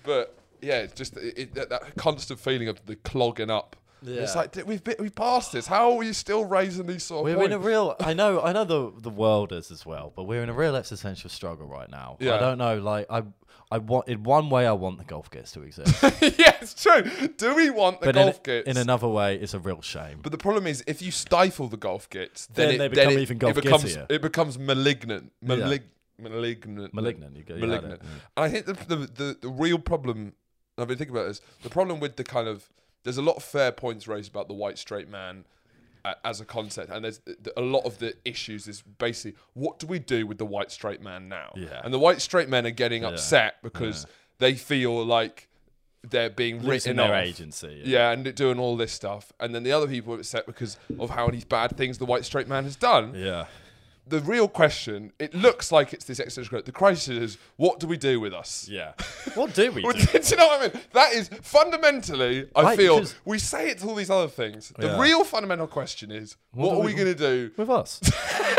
S2: but yeah, it's just it, it, that, that constant feeling of the clogging up. It's
S1: Yeah.
S2: like "Dude, we've been, we've passed this. How are you still raising these sort of
S1: We're in
S2: points?
S1: a real. I know. I know the the world is as well, but we're in a real existential struggle right now.
S2: Yeah.
S1: I don't know. Like I, I want in one way I want the golf gets to exist,
S2: yeah, it's true. Do we want the
S1: but
S2: golf
S1: in,
S2: kits?
S1: in another way it's a real shame.
S2: but the problem is, if you stifle the golf kits, then,
S1: Then
S2: it,
S1: they
S2: then
S1: become
S2: it-
S1: even
S2: it
S1: golf
S2: becomes
S1: kittier.
S2: it becomes malignant, malig- malignant,
S1: Malignant, you go- you had
S2: malignant.
S1: it.
S2: And I think the, the the the real problem I've been thinking about this. The problem with the kind of there's a lot of fair points raised about the white straight man uh, as a concept, and there's th- a lot of the issues is basically what do we do with the white straight man now?
S1: Yeah.
S2: And the white straight men are getting upset because they feel like they're being
S1: Losing
S2: written
S1: their
S2: off.
S1: agency.
S2: Yeah, and doing all this stuff, and then the other people are upset because of how many bad things the white straight man has done
S1: Yeah.
S2: the real question, it looks like it's this existential crisis. The crisis is, what do we do with us?
S1: Yeah. What do we
S2: Well,
S1: do?
S2: do you know what I mean? That is fundamentally, I
S1: Right,
S2: feel,
S1: because-
S2: we say it's all these other things. The
S1: Yeah.
S2: real fundamental question is, what,
S1: do
S2: are we
S1: we
S2: going to do?
S1: with us?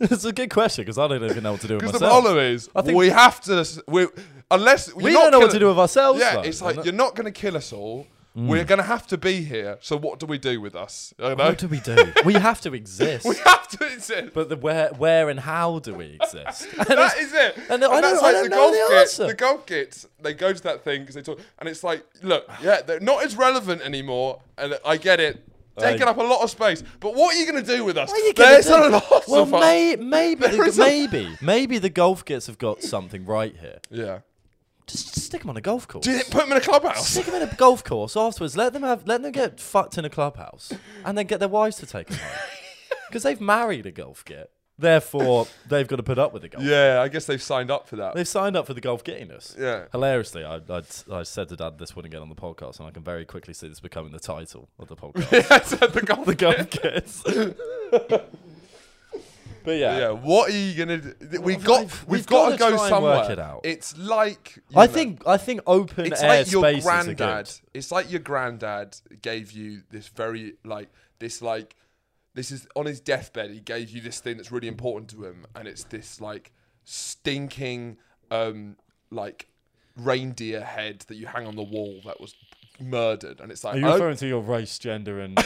S1: it's a good question because I don't even know what to do with
S2: Because the
S1: myself.
S2: problem is,
S1: I think-
S2: we have to, we, unless,
S1: we don't know what to do with ourselves.
S2: Yeah,
S1: though.
S2: it's like,
S1: And
S2: you're not going to kill us all. We're going to have to be here. So what do we do with us? You know?
S1: what do we do? we have to exist.
S2: we have to exist.
S1: But the where, where, and how do we exist? And
S2: That
S1: it's-
S2: is it.
S1: And
S2: that's
S1: I don't,
S2: like
S1: I don't
S2: the
S1: know
S2: golf
S1: the
S2: kits.
S1: answer.
S2: The golf kits. They go to that thing because they talk, and it's like, look, yeah, they're not as relevant anymore. And I get it, taking
S1: Right.
S2: up a lot of space. But what are you going to do with us?
S1: What are you gonna
S2: There's
S1: do?
S2: a lot
S1: well,
S2: of us.
S1: may, maybe,
S2: There
S1: the,
S2: is a-
S1: maybe, maybe the golf kits have got something right here.
S2: Yeah.
S1: Just, just stick them on a golf course.
S2: Do you put them in a clubhouse?
S1: Stick them in a golf course afterwards. Let them have, let them get fucked in a clubhouse, and then get their wives to take them home because they've married a golf kit. Therefore, they've got to put up with the golf.
S2: Yeah, I guess they've signed up for that.
S1: They've signed up for the golf giddiness.
S2: Yeah.
S1: Hilariously, I, I, I said to Dad this wouldn't get on the podcast, and I can very quickly see this becoming the title of the podcast.
S2: I said the golf
S1: the golf kits. but yeah,
S2: Yeah, what are you gonna? Do? We
S1: Well,
S2: got,
S1: I've-
S2: we've,
S1: we've
S2: got to
S1: gotta
S2: go
S1: try and
S2: somewhere.
S1: work it out.
S2: It's like you
S1: I
S2: know,
S1: think I think open
S2: it's
S1: air
S2: like your
S1: spaces are
S2: granddad.
S1: good.
S2: It's like your granddad gave you this very like this like this is on his deathbed. He gave you this thing that's really important to him, and it's this like stinking um like reindeer head that you hang on the wall that was murdered, and it's like
S1: Are you
S2: I don't-
S1: referring to your race, gender, and,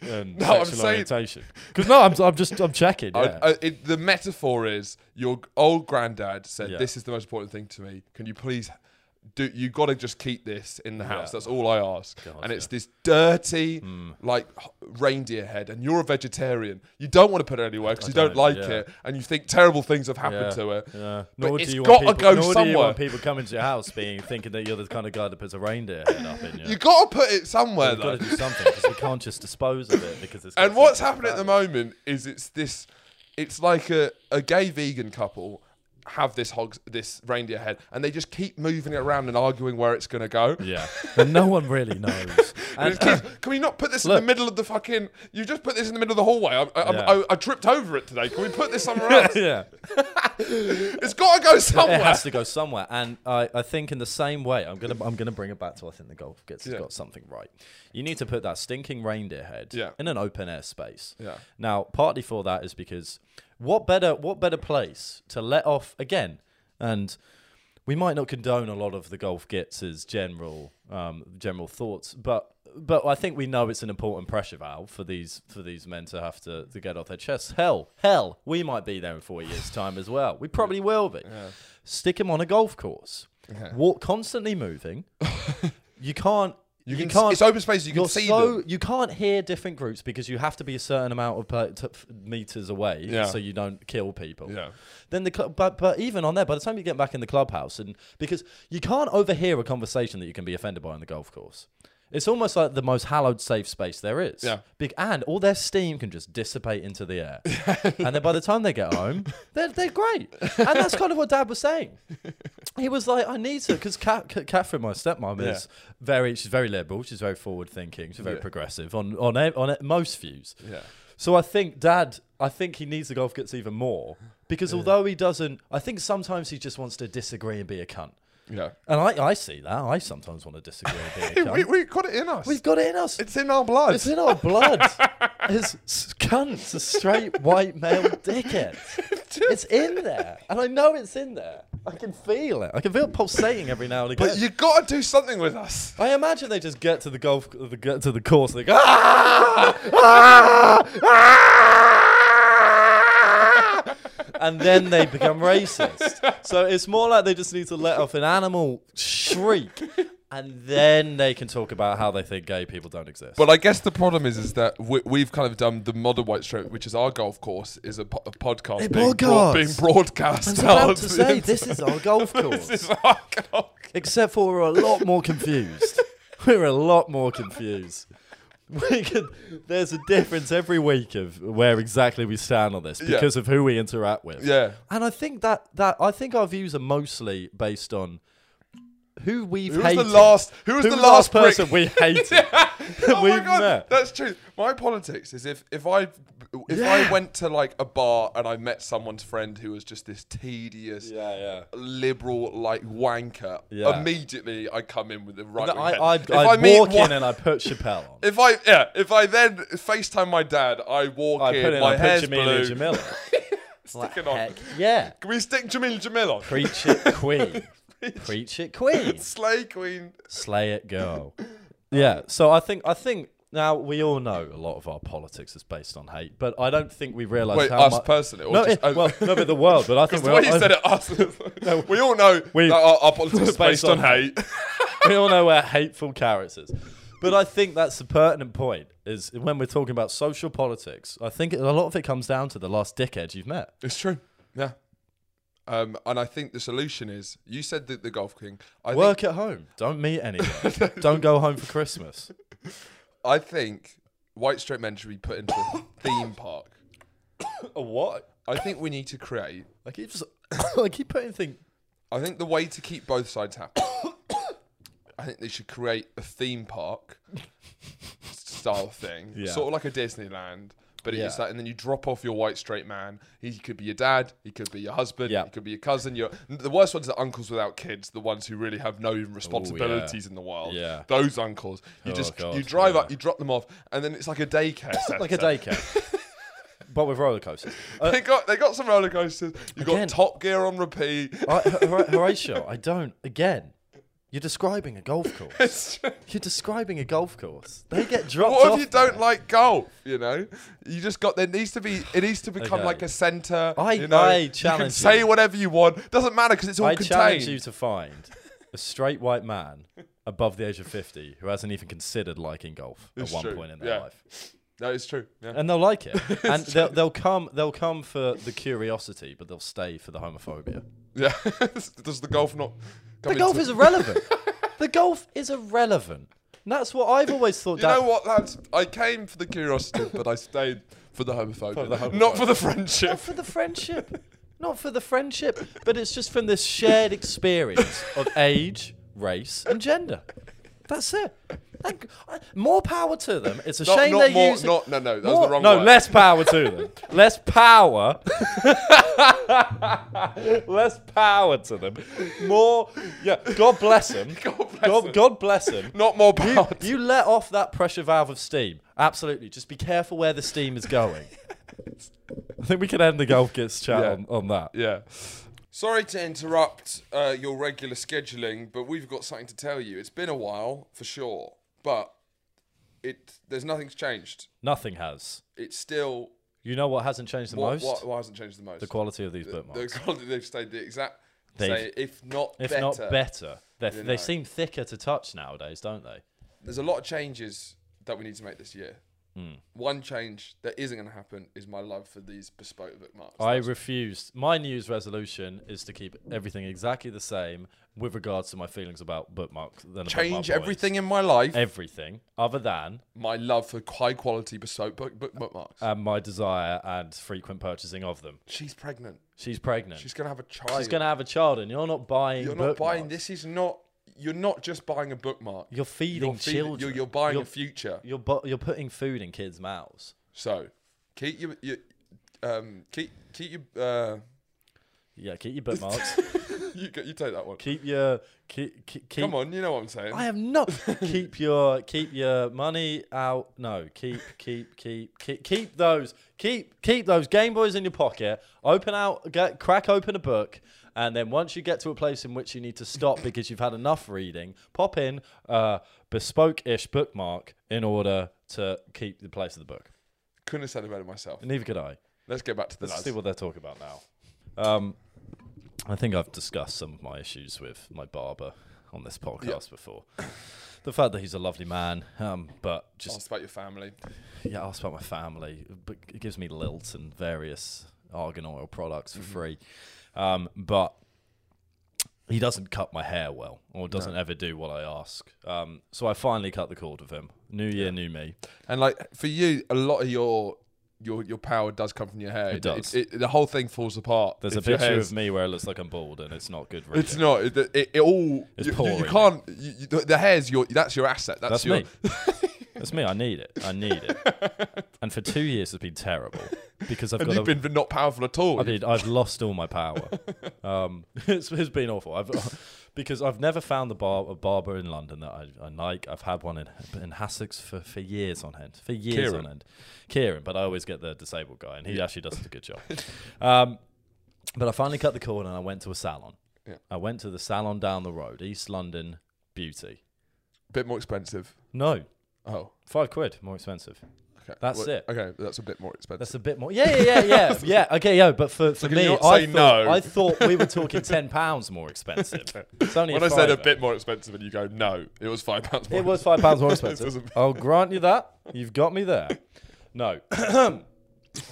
S1: and
S2: Oh. No, I'm
S1: sexual
S2: saying-
S1: orientation? Because no, I'm, I'm just I'm checking.
S2: I-
S1: Yeah.
S2: I- it, the metaphor is your g- old granddad said,
S1: Yeah.
S2: "This is the most important thing to me. Can you please do? You got to just keep this in the house. That's all I ask." and it's this dirty,
S1: Hmm.
S2: like h- reindeer head, and you're a vegetarian. You don't want to put it anywhere because you don't,
S1: don't,
S2: like
S1: yeah.
S2: it, and you think terrible things have happened
S1: yeah,
S2: to it.
S1: yeah.
S2: But
S1: Nor
S2: it's
S1: do you
S2: gotta
S1: want people,
S2: go
S1: nor do you
S2: somewhere.
S1: want people coming to your house being thinking that you're the kind of guy that puts a reindeer head up in you.
S2: You got to put it somewhere.
S1: We've
S2: though.
S1: got to do something because we can't just dispose of it because it's. got
S2: And what's
S1: something
S2: happening at the moment is it's this, it's like a, a gay vegan couple have this hog, this reindeer head, and they just keep moving it around and arguing where it's going to go.
S1: about it. Yeah, and no one really knows.
S2: And it's, "Kids, can we not put this in
S1: Look.
S2: the middle of the fucking? You just put this in the middle of the hallway. I, I,
S1: Yeah.
S2: I, I tripped over it today. Can we put this somewhere else?
S1: yeah.
S2: It's got to go somewhere.
S1: It has to go somewhere, and I, I think in the same way, I'm gonna I'm gonna bring it back to I think the golf gets has
S2: Yeah.
S1: got something right. You need to put that stinking reindeer head
S2: Yeah.
S1: in an open air space.
S2: Yeah.
S1: Now, partly for that is because what better what better place to let off again, and we might not condone a lot of the golf gets' general um, general thoughts, but but I think we know it's an important pressure valve for these for these men to have to, to get off their chests. Hell, hell, we might be there in four years' time as well. We probably will be. Stick him on a golf course. Walk constantly moving. you can't. You,
S2: can s-
S1: can't.
S2: it's open space, you can
S1: you're
S2: see
S1: so,
S2: them.
S1: You can't hear different groups because you have to be a certain amount of per, t- f- meters away,
S2: Yeah.
S1: so you don't kill people.
S2: Yeah.
S1: Then the club, but but even on there, by the time you get back in the clubhouse, and because you can't overhear a conversation that you can be offended by on the golf course, it's almost like the most hallowed safe space there is.
S2: Yeah.
S1: Big and all their steam can just dissipate into the air, and then by the time they get home, they're they're great, and that's kind of what Dad was saying. He was like, I need to, because Catherine, my stepmom, is very she's very liberal, she's very forward thinking, she's very
S2: Yeah.
S1: progressive on on e- on e- most views.
S2: Yeah.
S1: So I think dad, I think he needs the golf gets even more because although he doesn't, I think sometimes he just wants to disagree and be a cunt.
S2: Yeah.
S1: And I, I see that. I sometimes want to disagree and be a cunt.
S2: We, we got it in us.
S1: We've got it in us.
S2: it's in our blood.
S1: It's in our blood. His s- cunt's a straight white male dickhead. It's in there. And I know it's in there. I can feel it. I can feel it pulsating every now and again.
S2: but you got to do something with us.
S1: I imagine they just get to the golf, the, get to the course, and they go, ah! and then they become racist. So it's more like they just need to let off an animal shriek, and then they can talk about how they think gay people don't exist.
S2: But I guess the problem is, is that we, we've kind of done the modern white stroke, which is our golf course, is a, po- a podcast,
S1: A
S2: being,
S1: podcast.
S2: being broadcast.
S1: I was about
S2: out
S1: to say this is our golf
S2: this
S1: course,
S2: is our golf.
S1: except for we're a lot more confused. We're a lot more confused. We could, there's a difference every week of where exactly we stand on this because of who we interact with.
S2: Yeah.
S1: And I think that that I think our views are mostly based on who we've
S2: Who was
S1: hated.
S2: the last? Who was
S1: who
S2: the last, prick?
S1: person we hated?
S2: oh my
S1: we've
S2: god,
S1: met.
S2: that's true. My politics is if if I if I
S1: Yeah.
S2: went to like a bar and I met someone's friend who was just this tedious.
S1: yeah.
S2: Liberal, like wanker.
S1: Yeah.
S2: Immediately, I come in with the right.
S1: I,
S2: wing head.
S1: I, I'd,
S2: If
S1: I'd
S2: meet
S1: walk
S2: one-
S1: in and I put Chappelle on.
S2: If I yeah, if I then FaceTime my dad, I walk
S1: I
S2: in,
S1: put in
S2: my
S1: I
S2: hair's
S1: put
S2: blue. Oh.
S1: Jamila Jamila.
S2: Stick it on.
S1: Heck, yeah.
S2: Can we stick Jamila Jamil on?
S1: Preach it, Queen. Preach it, Queen.
S2: Slay Queen.
S1: Slay it, girl. yeah. So I think I think now we all know a lot of our politics is based on hate, but I don't think we realise
S2: Wait,
S1: how
S2: us
S1: much.
S2: personally, or
S1: no,
S2: just-
S1: it- well, no, but the world. But I
S2: Because
S1: think we
S2: the way you
S1: all,
S2: said it, us. we all know
S1: we-
S2: that our, our politics is
S1: we're based
S2: based on
S1: on
S2: hate.
S1: we all know we're hateful characters. But I think that's the pertinent point is when we're talking about social politics. I think a lot of it comes down to the last dickhead you've met.
S2: It's true. Yeah. Um, and I think the solution is you said that the golf king. I think,
S1: Work at home. Don't meet anyone. Don't go home for Christmas.
S2: I think white straight men should be put into a theme park.
S1: A what?
S2: I think we need to create.
S1: I keep just, I keep putting things.
S2: I think the way to keep both sides happy. I think they should create a theme park style thing,
S1: Yeah.
S2: sort of like a Disneyland. But it's
S1: Yeah.
S2: that, and then you drop off your white straight man. He could be your dad. He could be your husband.
S1: Yeah.
S2: He could be your cousin. Your the worst ones are uncles without kids. The ones who really have no responsibilities in the world.
S1: Yeah. Oh,
S2: Those uncles. You just
S1: God,
S2: you drive
S1: yeah.
S2: up, you drop them off, and then it's like a daycare.
S1: like a
S2: centre.
S1: daycare, but with roller coasters. Uh,
S2: They got they got some roller coasters. You
S1: Again.
S2: got Top Gear on repeat.
S1: I, Hor- Horatio, I don't. Again, you're describing a golf course.
S2: It's just-
S1: You're describing a golf course. They get dropped
S2: What
S1: off
S2: if you
S1: there.
S2: don't like golf? You know, you just got there needs to be it needs to become
S1: Okay.
S2: like a center.
S1: I-
S2: you know,
S1: I
S2: you can
S1: challenge
S2: say
S1: you.
S2: whatever you want. Doesn't matter because it's all
S1: I
S2: contained.
S1: challenge you to find a straight white man above the age of 50 who hasn't even considered liking golf
S2: It's
S1: at one
S2: true,
S1: point in their
S2: yeah.
S1: life.
S2: No, it's true. Yeah.
S1: And they'll like it. and they'll, they'll come they'll come for the curiosity, but they'll stay for the homophobia.
S2: yeah. Does the golf not? Come
S1: The golf
S2: into-
S1: is irrelevant. the golf is irrelevant. And that's what I've always thought.
S2: You
S1: Dad-
S2: know what, lads? I came for the curiosity, but I stayed for the homophobia,
S1: For the homophobia.
S2: not for the friendship.
S1: Not for the friendship. Not for the friendship. But it's just from this shared experience of age, race, and gender. That's it. Thank, more power to them. It's a
S2: Not,
S1: shame
S2: not
S1: they
S2: more,
S1: use
S2: not, no, no, that was
S1: more-
S2: the wrong
S1: no,
S2: word.
S1: less power to them. less power. less power to them. More. Yeah. God bless them. God bless God,
S2: them.
S1: bless them.
S2: Not more power. to-
S1: You let off that pressure valve of steam. Absolutely. Just be careful where the steam is going. I think we can end the golf gets chat
S2: Yeah.
S1: on, on that.
S2: Yeah. Sorry to interrupt uh, your regular scheduling, but we've got something to tell you. It's been a while, for sure, but it there's nothing's changed.
S1: Nothing has.
S2: It's still
S1: You know what hasn't changed the
S2: what,
S1: most?
S2: what, what hasn't changed the most.
S1: the quality of these bookmarks.
S2: The quality they've stayed the exact
S1: They've-
S2: same, if not
S1: if
S2: better.
S1: not better. They're,
S2: You
S1: they
S2: know.
S1: seem thicker to touch nowadays, don't they?
S2: There's a lot of changes that we need to make this year.
S1: Hmm.
S2: One change that isn't going to happen is my love for these bespoke bookmarks.
S1: I refuse. My news resolution is to keep everything exactly the same with regards to my feelings about bookmarks. Than about my
S2: change
S1: boys.
S2: everything in my life.
S1: Everything other than
S2: my love for high quality bespoke book, book, bookmarks.
S1: and um, my desire and frequent purchasing of them.
S2: She's pregnant.
S1: She's pregnant.
S2: She's
S1: She's,
S2: gonna have a child.
S1: going to have a child, and you're not buying.
S2: You're not buying.
S1: bookmarks.
S2: This is not. You're not just buying a bookmark.
S1: You're feeding
S2: You're feeding-
S1: children.
S2: You're, you're buying
S1: You're-
S2: a future.
S1: You're bu- you're putting food in kids' mouths.
S2: So keep your, your um keep keep your uh
S1: Yeah, keep your bookmarks.
S2: you go- you take that one.
S1: keep your keep keep. keep
S2: Come on, you know what I'm saying.
S1: I am not. keep your keep your money out. No, keep keep keep keep keep those keep keep those Game Boys in your pocket. Open out, get crack open a book, and then once you get to a place in which you need to stop because you've had enough reading, pop in a bespoke-ish bookmark in order to keep the place of the book.
S2: Couldn't have said it better myself.
S1: Neither could I.
S2: Let's get back to the
S1: Let's
S2: lads.
S1: see what they're talking about now. Um, I think I've discussed some of my issues with my barber on this podcast before. The fact that he's a lovely man, um, but just
S2: Ask about your family.
S1: yeah, asked about my family, but it gives me lilt and various argan oil products for free. Um, but he doesn't cut my hair well, or doesn't ever do what I ask. Um, so I finally cut the cord with him. New year, new me.
S2: And like for you, a lot of your your your power does come from your hair. It,
S1: does.
S2: It, the whole thing falls apart.
S1: There's
S2: if
S1: a
S2: your
S1: picture
S2: hair's-
S1: of me where it looks like I'm bald, and it's not good. Reading.
S2: It's not. It, it, it all.
S1: It's
S2: you, you- you
S1: pouring.
S2: can't. You, you, the hair's your. That's your asset. That's,
S1: That's
S2: your.
S1: me. That's me. I need it. I need it. And for two years, it's been terrible because I've
S2: And
S1: got.
S2: you've
S1: a,
S2: been not powerful at all.
S1: I mean, I've lost all my power. Um, it's, it's been awful. I've because I've never found the bar a barber in London that I, I like. I've had one in in Hassocks for, for years on end. For years
S2: Kieran.
S1: on end, Kieran. But I always get the disabled guy, and he actually does a good job. Um, but I finally cut the cord, and I went to a salon.
S2: Yeah.
S1: I went to the salon down the road, East London Beauty.
S2: bit more expensive.
S1: No,
S2: Oh,
S1: five quid more expensive.
S2: okay.
S1: That's
S2: Well,
S1: it.
S2: Okay, that's a bit more expensive.
S1: That's a bit more. Yeah, yeah, yeah, yeah, yeah. Okay, yeah. But for, for
S2: can
S1: me,
S2: you
S1: I
S2: not say
S1: thought,
S2: no?
S1: I thought we were talking ten pounds more expensive. It's only
S2: When
S1: a
S2: I said a
S1: fiver.
S2: bit more expensive, and you go, no, it was five pounds more.
S1: It was five pounds more
S2: doesn't-
S1: expensive. I'll grant you that. You've got me there. No,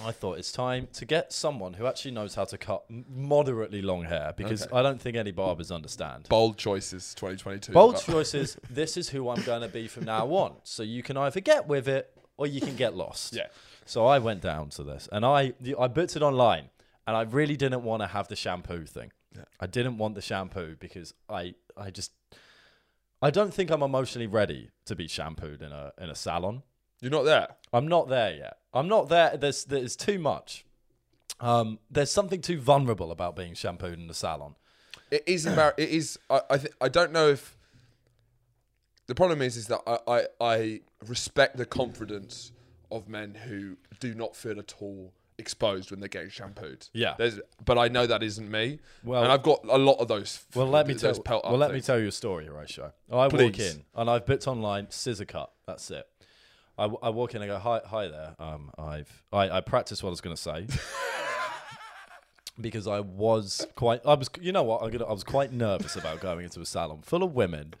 S1: I thought it's time to get someone who actually knows how to cut m- moderately long hair because I don't think any barbers understand.
S2: bold choices, 2022.
S1: Bold
S2: But-
S1: choices. This is who I'm going to be from now on. So you can either get with it or you can get lost.
S2: Yeah.
S1: So I went down to this and I the- I booked it online and I really didn't want to have the shampoo thing. I didn't want the shampoo because I I just I don't think I'm emotionally ready to be shampooed in a in a salon.
S2: You're not there.
S1: I'm not there yet. I'm not there. There's there's too much. Um, there's something too vulnerable about being shampooed in the salon.
S2: It is embar- It is. I. I, th- I don't know if. The problem is, is that I, I, I respect the confidence of men who do not feel at all exposed when they're getting shampooed.
S1: Yeah.
S2: There's, but I know that isn't me.
S1: Well-
S2: and I've got a lot of those.
S1: Well, let me tell.
S2: those pelt up
S1: well, let me
S2: things.
S1: tell you a story, Horatio. I walk
S2: Please.
S1: in and I've booked online scissor cut. That's it. I, w- I walk in. I go hi hi there. Um, I've I, I practiced what I was going to say because I was quite I was you know what I'm gonna, I was quite nervous about going into a salon full of women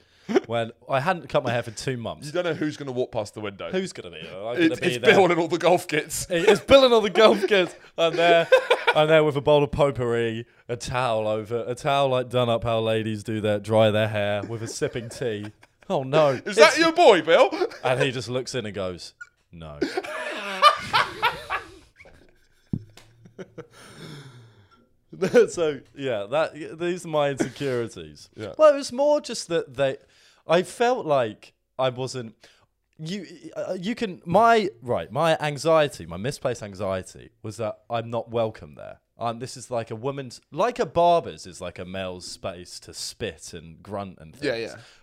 S1: when I hadn't cut my hair for two months.
S2: You don't know who's going to walk past the window.
S1: Who's gonna be? there? I'm gonna
S2: it's
S1: be
S2: it's
S1: there.
S2: Bill and all the golf kits.
S1: It's Bill and all the golf kids. I'm there. I'm there with a bowl of potpourri, a towel over, a towel like done up how ladies do that, dry their hair with a sipping tea. Oh no.
S2: Is that your boy, Bill?
S1: And he just looks in and goes, no. so yeah, that these are my insecurities.
S2: Yeah.
S1: Well, it was more just that they. I felt like I wasn't. You uh, you can my right my anxiety my misplaced anxiety was that I'm not welcome there. Um, this is like a woman's like a barber's is like a male's space to spit and grunt and things.
S4: Yeah,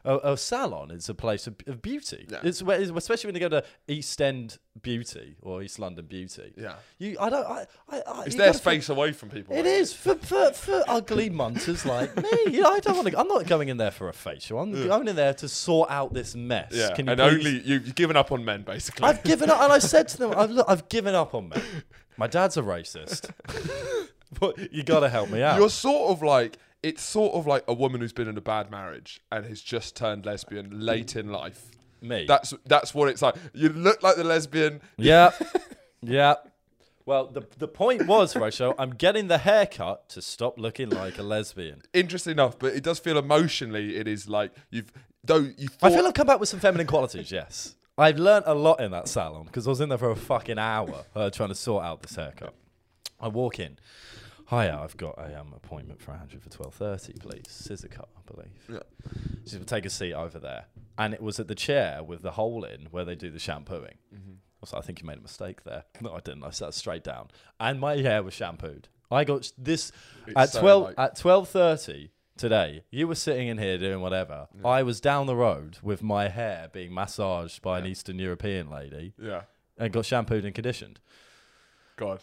S4: yeah.
S1: A, a salon is a place of, of beauty. It's where, especially when you go to East End Beauty or East London Beauty.
S2: Yeah.
S1: you I don't I I, I
S2: It's
S1: you
S2: their
S1: gotta think-
S2: space away from people.
S1: it
S2: right?
S1: is for, for, for ugly munters like me. I don't want to. I'm not going in there for a facial. I'm going in there to sort out this mess.
S2: Yeah,
S1: Can you
S2: and
S1: please-
S2: only you, you've given up on men, basically.
S1: I've given up, and I said to them, I've, "Look, I've given up on men. My dad's a racist, but you got to help me out."
S2: You're sort of like it's sort of like a woman who's been in a bad marriage and has just turned lesbian late in life.
S1: me.
S2: That's that's what it's like. You look like the lesbian.
S1: Yep. yep. Well, the the point was, Rosho, I'm getting the haircut to stop looking like a lesbian.
S2: Interesting enough, but it does feel emotionally. It is like you've though you.
S1: I
S2: thought-
S1: feel I've come back with some feminine qualities, yes. I've learnt a lot in that salon because I was in there for a fucking hour uh, trying to sort out this haircut. I walk in. Hiya, I've got a um, appointment for Andrew for 12.30, please. Scissor cut, I believe. She said, "Well, take a seat over there. And it was at the chair with the hole in where they do the shampooing.
S2: Mm-hmm.
S1: I was like, I think you made a mistake there. No, I didn't. I sat straight down. And my hair was shampooed. I got s- this at
S2: so
S1: 12
S2: like-
S1: at 12.30 today. You were sitting in here doing whatever. I was down the road with my hair being massaged by an Eastern European lady
S2: yeah.
S1: and got shampooed and conditioned.
S2: God.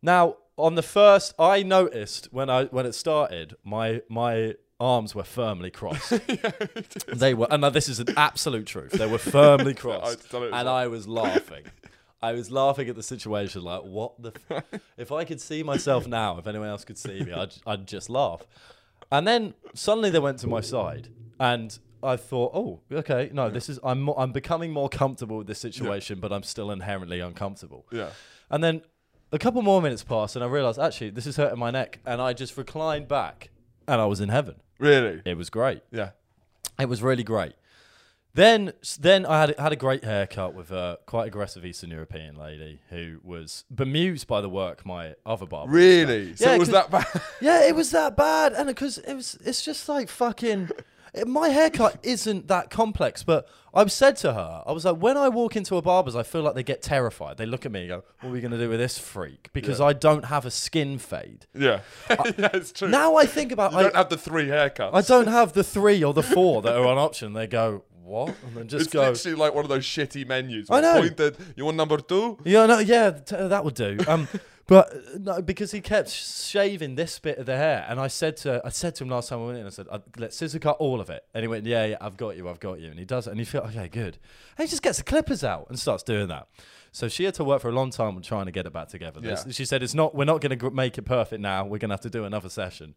S1: Now, on the first, I noticed when I when it started, my my arms were firmly crossed. they were, and now this is an absolute truth. They were firmly crossed,
S2: I done it as
S1: and
S2: well.
S1: I was laughing. I was laughing at the situation, like, what the? F- if I could see myself now, if anyone else could see me, I'd, I'd just laugh. And then suddenly they went to my side, and I thought, oh, okay, no, this is I'm more, I'm becoming more comfortable with this situation, but I'm still inherently uncomfortable.
S2: Yeah.
S1: And then a couple more minutes passed, and I realized actually this is hurting my neck, and I just reclined back, and I was in heaven.
S2: Really.
S1: It was great.
S2: Yeah.
S1: It was really great. Then, then I had had a great haircut with a quite aggressive Eastern European lady who was bemused by the work my other barber. was doing.
S2: Really. So
S1: Yeah,
S2: it was that
S1: 'cause-
S2: bad?
S1: Yeah, it was that bad, and because it was, it's just like fucking. it- My haircut isn't that complex, but I've said to her, I was like, when I walk into a barber's, I feel like they get terrified. They look at me and go, "What are we gonna do with this freak?" Because I don't have a skin fade.
S2: yeah. yeah, it's true.
S1: Now I think about,
S2: you
S1: I
S2: don't have the three haircuts.
S1: I don't have the three or the four that are on option. They go, "What?" and then just
S2: It's
S1: go.
S2: literally like one of those shitty menus.
S1: I know.
S2: Point that you want number two.
S1: Yeah, no, yeah, t- that would do. Um, but uh, no, because he kept sh- shaving this bit of the hair, and I said to I said to him last time I went in, I said, "Uh, "Let's scissor cut all of it." And he went, "Yeah, yeah, I've got you, I've got you." And he does it, and you feel, "Okay, good." And he just gets the clippers out and starts doing that. So she had to work for a long time on trying to get it back together. They s-
S2: Yeah.
S1: She said, "It's not. We're not going to gr- make it perfect now. We're going to have to do another session."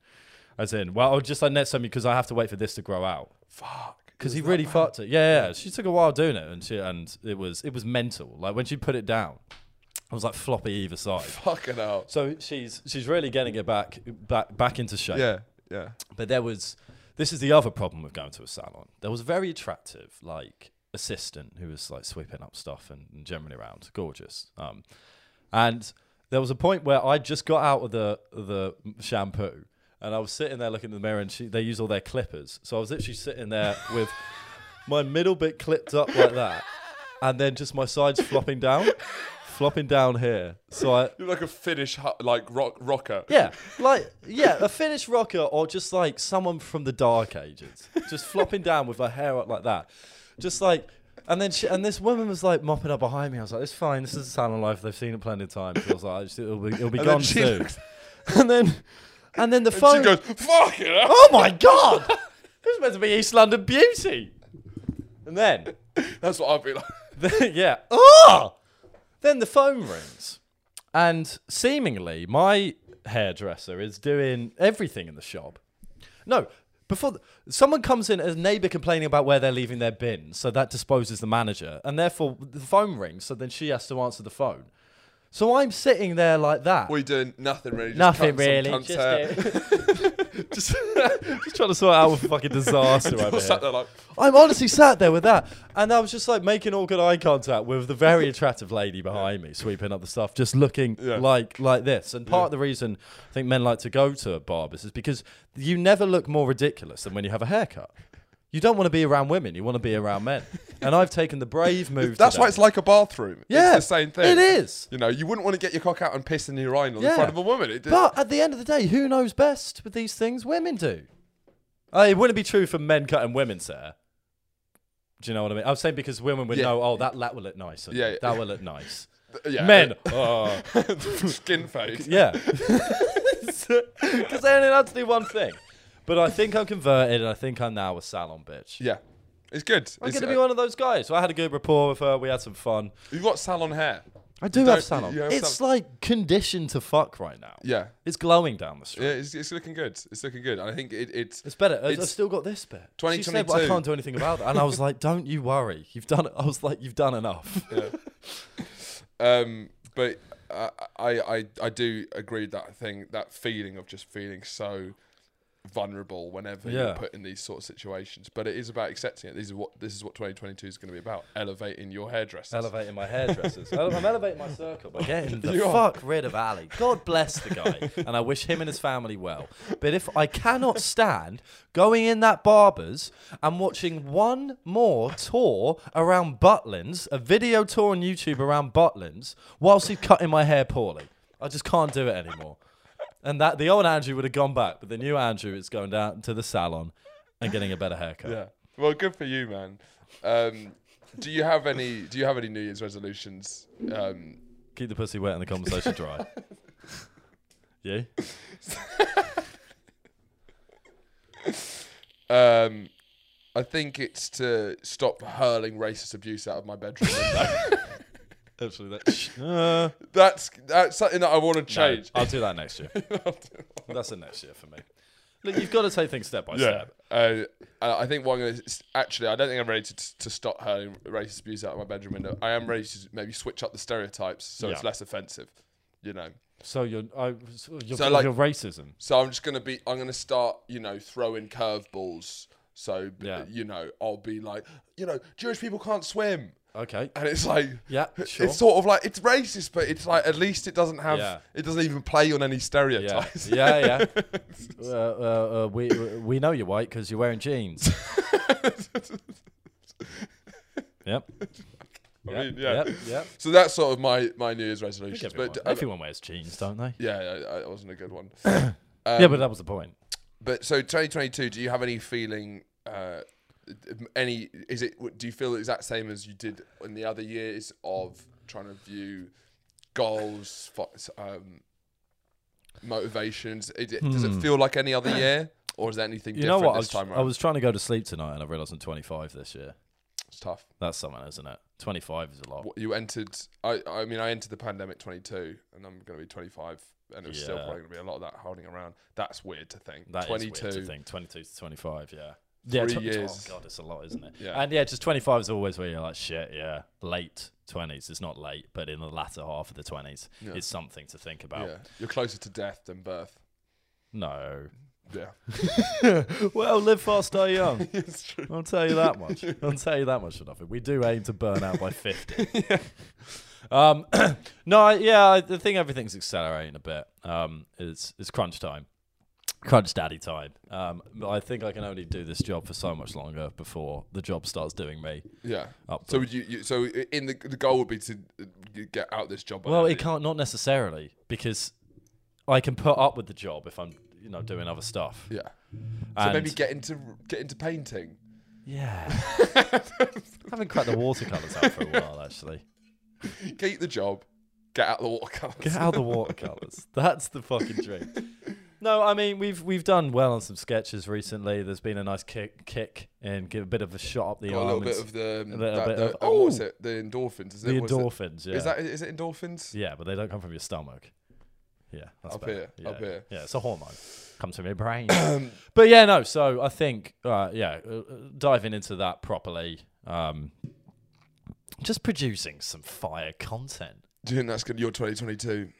S1: As in, well, I'll just like next time because I have to wait for this to grow out
S2: Fuck.
S1: because he really fucked it. Yeah, yeah, yeah. She took a while doing it, and she and it was it was mental. Like when she put it down, I was like floppy either side.
S2: Fucking hell.
S1: So she's she's really getting it back back back into shape.
S2: Yeah. Yeah.
S1: But there was this is the other problem with going to a salon. There was a very attractive like assistant who was like sweeping up stuff and, and generally around, gorgeous. Um, and there was a point where I just got out of the the shampoo and I was sitting there looking in the mirror and she, they use all their clippers. So I was literally sitting there with my middle bit clipped up like that and then just my sides flopping down, flopping down here. So I
S2: You're like a Finnish hu- like rock rocker.
S1: yeah, like yeah, a Finnish rocker or just like someone from the Dark Ages, just flopping down with her hair up like that, just like. And then she, and this woman was like mopping up behind me. I was like, "It's fine. This is the sound of life. They've seen it plenty of times." I was like, "It's- "It'll be, it'll be
S2: And then
S1: gone
S2: she
S1: soon."
S2: looks-
S1: and then, and then the phone.
S2: She goes, fuck it.
S1: "Oh my god! this is meant to be East London Beauty." And then
S2: That's what I'd be like.
S1: then- yeah. Oh! Then the phone rings. And seemingly, my hairdresser is doing everything in the shop. No, before th- someone comes in, a neighbor complaining about where they're leaving their bin, so that disposes the manager, and therefore the phone rings, so then she has to answer the phone. So I'm sitting there like that.
S2: What are you doing? Nothing really. Just
S1: Nothing
S2: cut some
S1: really.
S2: cunt's
S1: Just,
S2: hair.
S1: do- just, just trying to sort out a fucking disaster over
S2: I
S1: here.
S2: sat there like,
S1: I'm honestly sat there with that, and I was just like making all good eye contact with the very attractive lady behind me, sweeping up the stuff, just looking
S2: Yeah.
S1: like like this. And part of the reason I think men like to go to barbers is because you never look more ridiculous than when you have a haircut. You don't want to be around women. You want to be around men. and I've taken the brave move.
S2: That's
S1: today.
S2: why it's like a bathroom.
S1: Yeah,
S2: it's the same thing.
S1: it is.
S2: You know, you wouldn't want to get your cock out and piss in the urinal
S1: Yeah.
S2: in front of a woman. It,
S1: But at the end of the day, who knows best with these things? Women do. Uh, it wouldn't be true for men cutting women's hair. Do you know what I mean? I was saying because women would
S2: Yeah.
S1: know, oh, that lat will look nice. or
S2: Yeah.
S1: That will look nice.
S2: yeah,
S1: Men. oh.
S2: skin fade.
S1: Yeah. Because they only had to do one thing. But I think I'm converted and I think I'm now a salon bitch.
S2: Yeah, it's good.
S1: I'm
S2: It's-
S1: going to be
S2: uh,
S1: one of those guys. So I had a good rapport with her. We had some fun.
S2: You've got salon hair.
S1: I do
S2: don't-
S1: have salon.
S2: you have
S1: it's
S2: salon.
S1: like conditioned to fuck right now.
S2: Yeah,
S1: It's glowing down the street.
S2: yeah. It's, it's looking good. It's looking good. I think it, it's
S1: It's better. I- I've
S2: It's-
S1: still got this bit. She said,
S2: 2022.
S1: well, I can't do anything about that. And I was like, don't you worry. You've done it. I was like, you've done enough.
S2: Um, but I, I, I, I do agree with that thing, that feeling of just feeling so vulnerable whenever
S1: Yeah.
S2: you're put in these sort of situations. But it is about accepting it. These is what this is what 2022 is going to be about: elevating your hairdresser.
S1: elevating my hairdressers. Ele- I'm elevating my circle by getting the
S2: You are.
S1: fuck rid of Ali. God bless the guy. and I wish him and his family well. But if I cannot stand going in that barber's and watching one more tour around Butlins, a video tour on YouTube around Butlins, whilst he's cutting my hair poorly, I just can't do it anymore. And that the old Andrew would have gone back, but the new Andrew is going down to the salon and getting a better haircut.
S2: yeah. Well, good for you, man. Um, do you have any? Do you have any New Year's resolutions? Um,
S1: Keep the pussy wet and the conversation dry. yeah.
S2: um, I think it's to stop hurling racist abuse out of my bedroom window.
S1: Absolutely. That. uh,
S2: that's that's something that I want to change.
S1: I'll do that next year. That's the next year for me. Look, you've got to take things step by
S2: Yeah.
S1: step.
S2: Uh, uh, I think what I'm going to actually, I don't think I'm ready to, to stop hurling racist abuse out of my bedroom window. I am ready to maybe switch up the stereotypes so it's
S1: Yeah.
S2: less offensive, you know.
S1: So you're, I, so you're
S2: So, like-
S1: your racism.
S2: So I'm just going to be, I'm going to start, you know, throwing curveballs. So, b-
S1: Yeah.
S2: you know, I'll be like, you know, Jewish people can't swim.
S1: Okay.
S2: And it's like,
S1: Yeah, sure.
S2: it's sort of like, it's racist, but it's like, at least it doesn't have,
S1: Yeah.
S2: it doesn't even play on any
S1: Yeah,
S2: stereotypes.
S1: yeah, yeah. uh, uh, uh, we we know you're white because you're wearing jeans.
S2: I
S1: yep. yep,
S2: mean, yeah.
S1: Yep. Yep.
S2: So that's sort of my, my New Year's resolutions.
S1: Everyone,
S2: But uh,
S1: everyone wears jeans, don't they?
S2: yeah, I, I wasn't a good one. Um,
S1: yeah, but uh, that was the point.
S2: But so 2022, do you have any feeling? Uh, any is it? Do you feel the exact same as you did in the other years of trying to view goals, fo- um, motivations? Is it, Does it feel like any other year, or is there anything
S1: Hmm. You know
S2: different
S1: what? I
S2: this
S1: was,
S2: time
S1: I
S2: around?
S1: was trying to go to sleep tonight, and I realised I'm 25 this year.
S2: it's tough.
S1: That's something, isn't it? 25 is a lot.
S2: What, you entered. I, I mean, I entered the pandemic 22, and I'm going to be 25, and it's still
S1: Yeah.
S2: probably going to be a lot of that holding around. That's weird to think.
S1: That is
S2: 22.
S1: weird to think. 22 to 25, yeah. Yeah,
S2: Three
S1: tw-
S2: years.
S1: Oh, God, it's a lot, isn't it?
S2: Yeah.
S1: And yeah, just 25 is always where you're like, shit, yeah, late 20s. It's not late, but in the latter half of the 20s,
S2: Yeah.
S1: it's something to think about.
S2: Yeah, you're closer to death than birth.
S1: No.
S2: Yeah,
S1: Well, live fast, die young.
S2: it's true.
S1: I'll tell you that much. I'll tell you that much for nothing. We do aim to burn out by 50. Um, no, I- yeah, I I think everything's accelerating a bit. Um, it's, it's crunch time. Crunch daddy time. Um, but I think I can only do this job for so much longer before the job starts doing me.
S2: Yeah.
S1: up
S2: So would you, you? So in the the goal would be to uh, get out this job. by
S1: Well,
S2: the
S1: it
S2: end of
S1: can't not necessarily because I can put up with the job if I'm you know doing other stuff.
S2: the- Yeah.
S1: And
S2: So maybe get into get into painting.
S1: yeah. I haven't cracked the watercolors out for a while actually.
S2: Keep the job. Get out the watercolors.
S1: Get out the watercolors. That's the fucking dream. No, I mean we've we've done well on some sketches recently. There's been a nice kick kick and give a bit of a shot up the
S2: Got a little
S1: arm. and
S2: bit
S1: s-
S2: of the, um,
S1: little
S2: that-
S1: bit
S2: the
S1: of-
S2: oh, what's
S1: Ooh!
S2: it? The endorphins. Is it?
S1: the
S2: what is it?
S1: endorphins. Yeah.
S2: Is that is it endorphins?
S1: yeah, but they don't come from your stomach. Yeah, that's
S2: Up
S1: better.
S2: here,
S1: Yeah.
S2: up here.
S1: Yeah, it's a hormone. Comes from your brain. but yeah, no. So I think, uh, yeah, uh, uh, diving into that properly, um, just producing some fire content.
S2: Do you think that's gonna your 2022?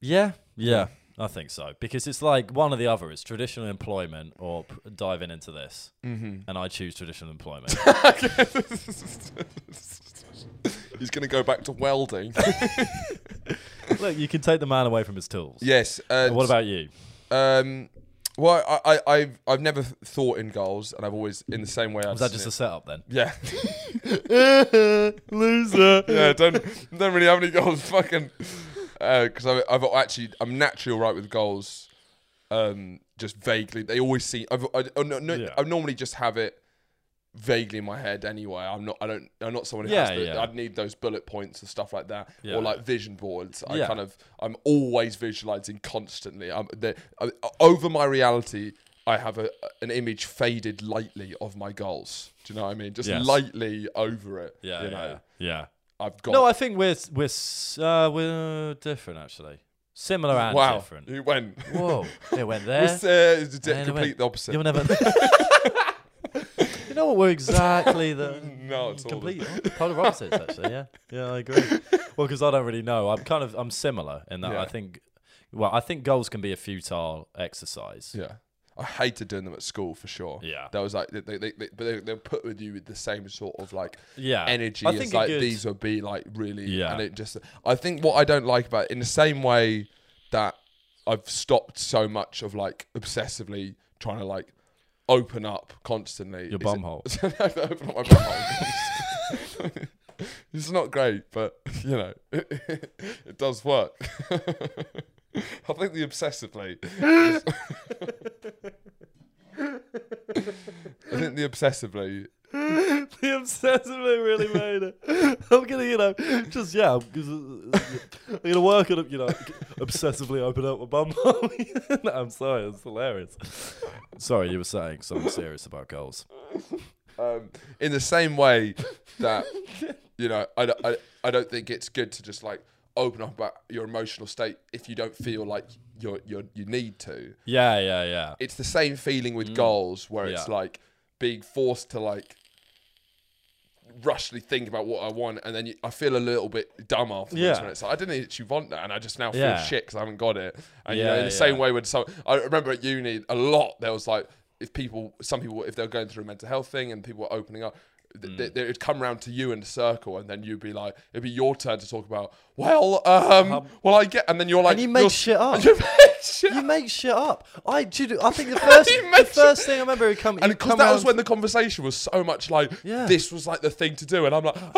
S1: Yeah, yeah, I think so because it's like one or the other. It's traditional employment or p- diving into this, mm-hmm. and I choose traditional employment.
S2: He's gonna go back to welding.
S1: Look, you can take the man away from his tools.
S2: yes. Uh,
S1: What about you?
S2: Um, Well, I, I, I've I've never thought in goals, and I've always in the same way.
S1: Was that just a setup then?
S2: yeah,
S1: Loser.
S2: yeah. Don't don't really have any goals, fucking. Because I've, I've actually I'm naturally all right with goals, um, just vaguely. They always seem. I've I, I, no, no,
S1: Yeah.
S2: I normally just have it vaguely in my head anyway. I'm not. I don't. I'm not someone who
S1: Yeah,
S2: has. To,
S1: yeah.
S2: I'd need those bullet points and stuff like that,
S1: Yeah.
S2: or like vision boards. I
S1: Yeah.
S2: kind of. I'm always visualizing constantly. I'm the, I, over my reality. I have a an image faded lightly of my goals. Do you know what I mean? Just
S1: Yes.
S2: lightly over it.
S1: Yeah,
S2: you
S1: yeah,
S2: know?
S1: yeah.
S2: I've got
S1: No, I think we're we're s- uh, we're different actually. Similar and
S2: wow.
S1: different.
S2: You went.
S1: Whoa, it went there.
S2: It's, uh, it's
S1: and it
S2: complete
S1: went-
S2: the opposite.
S1: You'll never. you know what? We're exactly the
S2: no, it's all
S1: complete polar opposites. Actually, yeah, yeah, I agree. Well, because I don't really know. I'm kind of I'm similar in that
S2: Yeah.
S1: I think. Well, I think goals can be a futile exercise.
S2: Yeah. I hated doing them at school for sure.
S1: Yeah.
S2: That was like, they, they, they, but they, they'll put with you with the same sort of like
S1: Yeah.
S2: energy.
S1: I
S2: as
S1: think a
S2: like
S1: good-
S2: these would be like really,
S1: Yeah.
S2: And it just, I think what I don't like about it, in the same way that I've stopped so much of like obsessively trying to like open up constantly.
S1: Your
S2: is
S1: bum
S2: it-
S1: hole.
S2: I open up my bum hole. it's not great, but you know, it, does work. I think the obsessively. is- I think the obsessively.
S1: the obsessively really made it. I'm gonna, you know, just yeah, I'm, I'm gonna work on it, you know, obsessively open up my bum. hole. No, I'm sorry, it's hilarious. Sorry, you were saying something serious about goals.
S2: um, in the same way that you know I, don't- I, I don't think it's good to just like open up about your emotional state if you don't feel like you're, you're you need to
S1: Yeah, yeah, yeah.
S2: it's the same feeling with goals where it's
S1: Mm. Yeah.
S2: like being forced to like rushly think about what I want, and then you, I feel a little bit dumb afterwards
S1: Yeah.
S2: when it's like I didn't actually want that, and I just now feel
S1: Yeah.
S2: shit because I haven't got it. And you
S1: Yeah,
S2: know, in the
S1: yeah.
S2: same way when some, I remember at uni a lot there was like if people, some people if they're going through a mental health thing and people were opening up. th-
S1: Mm.
S2: th- It would come round to you in a circle, and then you'd be like, "It'd be your turn to talk about." Well, um, well, I get, and then you're like,
S1: you make
S2: you're-
S1: shit up.
S2: You make shit
S1: You make shit up. I do. you- I think the first,
S2: You
S1: the
S2: make
S1: first thing I remember it come.
S2: and
S1: he'd
S2: because
S1: come
S2: that was
S1: round-
S2: when the conversation was so much like
S1: Yeah.
S2: this was like the thing to do, and I'm like, um,